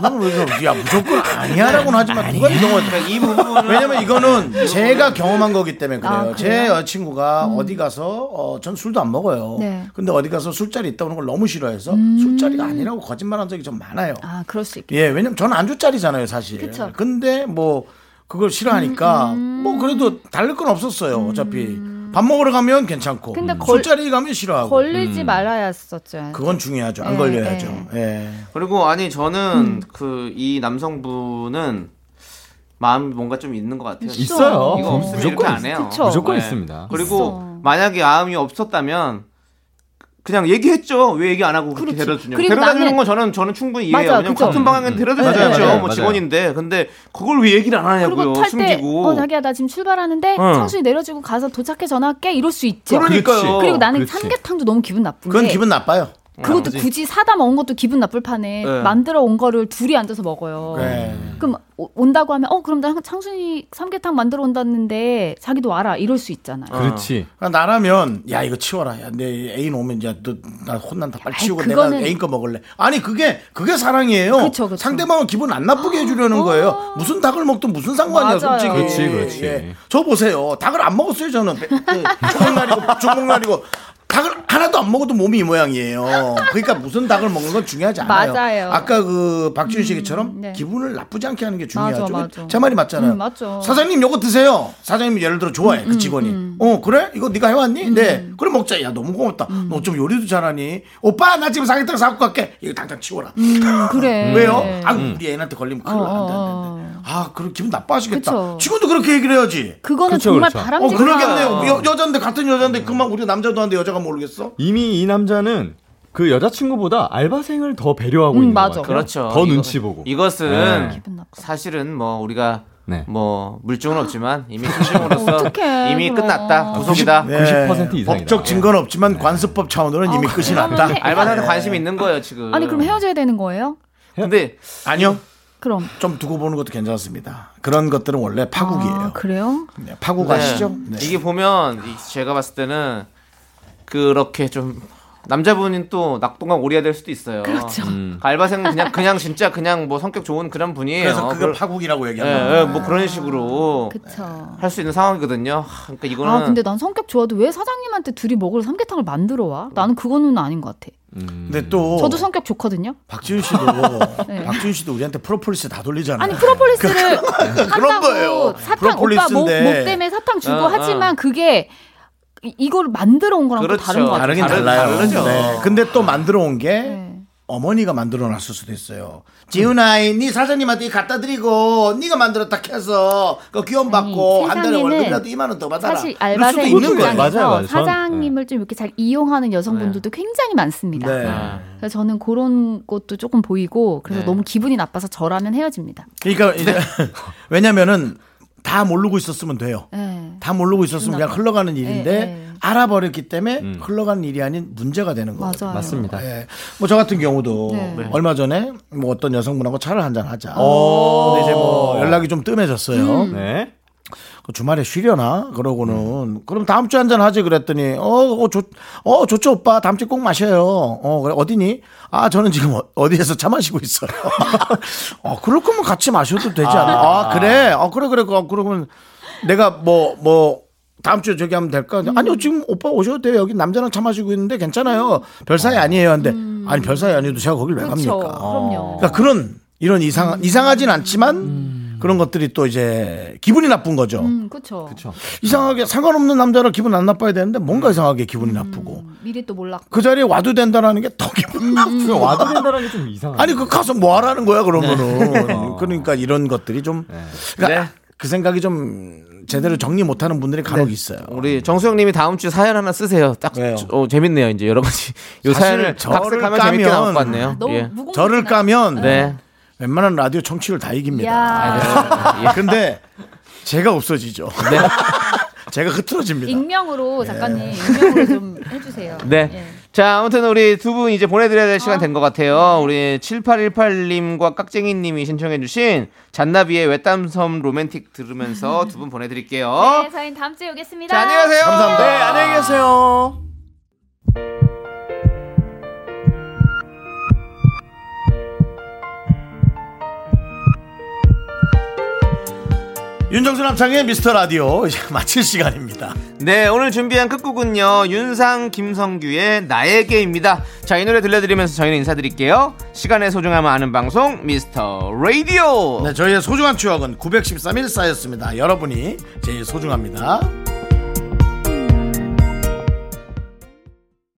나는 왜 그래? 야 무조건 아니야라고는 하지만 누가 이런 거
이 부분은
왜냐면
음.
이거는 제가 경험한 거기 때문에 그래요.
아, 그래요?
제 여자친구가 어디 가서 어, 전 술도 안 먹어요.
네.
근데 어디 가서 술자리 있다 오는 걸 너무 싫어해서 술자리가 아니라고 거짓말한 적이 좀 많아요.
아, 그럴 수 있겠다.
예, 왜냐면 저는 안주짜리잖아요, 사실.
그쵸. 음,
근데 뭐 그걸 싫어하니까 뭐 그래도 다를 건 없었어요. 어차피 밥 먹으러 가면 괜찮고 음.
근데 걸-
술자리 가면 싫어하고
걸리지 말아야 했었죠.
그건 중요하죠. 안
예,
걸려야죠. 예.
그리고 아니
음.
저는 그 이 남성분은 마음이 뭔가 좀 있는 것 같아요.
있어요.
이거 없으면 이렇게 안 해요.
그쵸.
무조건
네.
있습니다.
그리고
있어.
만약에 마음이 없었다면 그냥 얘기했죠. 왜 얘기 안 하고 그렇게
그렇지.
데려다 주냐.
그리고
데려다 주는
나는-
건 저는 저는 충분히
맞아,
이해해요. 왜냐면
그쵸.
같은 방향에 데려다
음. 맞아요,
줘야죠.
맞아요,
뭐
맞아요.
직원인데. 근데 그걸 왜 얘기를 안
그리고
하냐고요.
탈 때,
숨기고.
어, 자기야, 나 지금 출발하는데,
응.
청순이 내려주고 가서 도착해 전화할게. 이럴 수 있죠.
그러니까요.
그리고 나는
그렇지.
삼계탕도 너무 기분 나쁜데.
그건 기분 나빠요.
그것도 굳이 사다 먹은 것도 기분 나쁠 판에
네.
만들어 온 거를 둘이 앉아서 먹어요.
예.
그럼 오- 온다고 하면 어 그럼 나 창순이 삼계탕 만들어 온다는데 자기도 와라 이럴 수 있잖아요.
그렇지.
그러니까 나라면 야 이거 치워라. 야, 내 애인 오면 야너나 혼난다. 빨리
아이,
치우고
그거는-
내가 애인 거 먹을래. 아니 그게 그게 사랑이에요.
그쵸, 그쵸.
상대방은 기분 안 나쁘게 해주려는 거예요. 무슨 닭을 먹든 무슨 상관이야
맞아요.
솔직히. 예,
그렇지, 그렇지.
저 보세요. 닭을 안 먹었어요 저는. 그, 중복날이고 중복날이고 닭을 하나도 안 먹어도 몸이 이 모양이에요. 그러니까 무슨 닭을 먹는 건 중요하지 않아요.
맞아요.
아까 그 박지윤 씨처럼
네.
기분을 나쁘지 않게 하는 게 중요하죠.
맞아, 맞아.
제 말이 맞잖아요.
음, 맞죠. 음,
사장님 요거 드세요. 사장님 예를 들어 좋아해 그 직원이. 어 그래? 이거 네가 해왔니? 네. 그럼 먹자. 야 너무 고맙다.
음.
너 좀 요리도 잘하니. 오빠 나 지금 사기탕 사고 갈게. 이거 당장 치워라.
음, 그래.
왜요? 아 우리 애한테 걸리면 큰일
어,
난다. 안
어,
돼, 안 돼. 아 그럼 기분 나빠하시겠다.
그쵸.
직원도 그렇게 얘기를 해야지.
그거는
그쵸,
정말
그쵸.
어
바람직한.
그러겠네요. 여, 여잔데 같은 여잔데 그만 우리 남자도 한데 여자가 모르겠어?
이미 이 남자는 그 여자친구보다 알바생을 더 배려하고
음,
있는
맞아.
것 같아요.
그렇죠.
더
이거-
눈치 보고.
이것은
네.
기분 나빠.
사실은 뭐 우리가
네.
뭐 물증은 없지만 이미 소심으로서
어떡해,
이미
그럼.
끝났다. 구속이다.
네.
90% 이상이다.
법적 증거는 없지만 관습법 차원으로는 이미 끝이
어, 그러면
났다.
해-
알바한테 관심 이 있는 거예요 지금.
아니 그럼 헤어져야 되는 거예요?
근데
아니요.
그럼.
좀 두고 보는 것도 괜찮습니다. 그런 것들은 원래 파국이에요.
아, 그래요?
네, 파국
네.
아시죠? 네.
이게 보면 이- 제가 봤을 때는 그렇게 좀 남자분인 또 낙동강 오리야 될 수도 있어요.
그렇죠.
알바생은 그냥 그냥 진짜 그냥 뭐 성격 좋은 그런
음.
분이에요.
그래서 그걸
그럴-
파국이라고
예,
얘기하는
예, 뭐 그런 식으로
그쵸.
할 수 있는 상황이거든요. 하, 그러니까 이거는
아 근데 난 성격 좋아도 왜 사장님한테 둘이 먹을 삼계탕을 만들어 와? 나는 그거는 아닌 것 같아.
근데 또
저도 성격 좋거든요.
박지훈 씨도
네.
박지훈 씨도 우리한테 프로폴리스 다 돌리잖아요.
아니 프로폴리스를
그런 거예요.
한다고 사탕 오빠
프로폴리스인데.
목, 목 때문에 사탕 주고
어, 어.
하지만 그게 이- 이걸 만들어 온 거랑
그렇죠.
또 다른 거 같아요.
다르긴
다르-
달라요.
다르죠.
네. 근데 또 만들어 온 게
네.
어머니가 만들어 놨을 수도 있어요. 지훈아이, 네 사장님한테 이거 갖다 드리고 네가 만들었다 해서 그 귀염 받고 한 달에
세상에는
월급이라도 2만 원 더 받아라.
사실
이럴 수도
알바생
있는 거예요.
입장에서 맞아요, 맞아요.
입장에서
저는-
사장님을 좀 이렇게 잘 이용하는 여성분들도 굉장히 많습니다.
네.
그래서 저는 그런 것도 조금 보이고 그래서
네.
너무 기분이 나빠서 저라면 헤어집니다.
그러니까 이제 왜냐면은 다 모르고 있었으면 돼요.
네.
다 모르고 있었으면 그냥 흘러가는 일인데
예, 예.
알아버렸기 때문에 흘러가는 일이 아닌 문제가 되는 거죠.
맞아요.
맞습니다.
예. 뭐 저 같은 경우도
네.
얼마 전에 뭐 어떤 여성분하고 차를 한잔 하자. 근데 이제 뭐 연락이 좀
음.
뜸해졌어요.
네.
그 주말에 쉬려나? 그러고는 그럼 다음 주에 한잔 하지 그랬더니 어, 어, 좋, 어, 좋죠 오빠. 다음 주에 꼭 마셔요. 어, 그래 어디니? 아, 저는 지금 어- 어디에서 차 마시고 있어요. 어, 그럴 거면 같이 마셔도 되지 않아? 아, 그래. 어, 그래 그래. 어, 그러면 내가 뭐 뭐 다음 주에 저기 하면 될까? 아니요, 지금 오빠 오셔도 돼요. 여기 남자랑 차 마시고 있는데 괜찮아요. 별 사이 아니에요. 근데 아니 별 사이 아니어도 제가 거길 왜
음. 그렇죠.
갑니까?
그럼요.
그러니까 그런 이런 이상 이상하진 않지만 그런 것들이 또 이제 기분이 나쁜 거죠.
음, 그렇죠.
이상하게 상관없는 남자라 기분 안 나빠야 되는데 뭔가
음.
이상하게 기분이 나쁘고
미리 또 몰랐고.
그 자리에 와도 된다라는 게 더 기분 나쁘고
음. 그냥 그러니까 와도 된다는 게 좀 이상하네. 네. 어.
아니 그 가서 뭐 하라는 거야 그러면은 그러니까 이런 것들이 좀 그러니까 그 생각이 좀 제대로 정리 못하는 분들이 간혹
네.
있어요.
우리 정수영님이 다음 주 사연 하나 쓰세요. 딱
왜요?
어, 재밌네요. 이제 여러 가지 요
사실
사연을
저를
각색하면
까면
재밌게 나올 것 같네요.
음, 너무
예.
무공.
저를 까면
네.
웬만한 라디오 청취를 다 이깁니다.
아,
야
근데 제가 없어지죠.
네.
제가 흐트러집니다.
익명으로 작가님 익명으로 좀 해주세요.
네.
예.
자, 아무튼 우리 두 분 이제 보내드려야 될 시간 된 것 같아요. 우리 7818님과 깍쟁이님이 신청해주신 잔나비의 외딴섬 로맨틱 들으면서 두 분 보내드릴게요.
네, 저희는 다음 주에 오겠습니다.
어? 자, 안녕하세요.
감사합니다.
네, 안녕히 계세요.
윤정수 남창의 미스터 라디오 이제 마칠 시간입니다.
네, 오늘 준비한 끝곡은요. 윤상 김성규의 나에게입니다. 자, 이 노래 들려드리면서 저희는 인사드릴게요. 시간의 소중함을 아는 방송 미스터 라디오.
네, 저희의 소중한 추억은 913일 쌓였습니다. 여러분이 제일 소중합니다.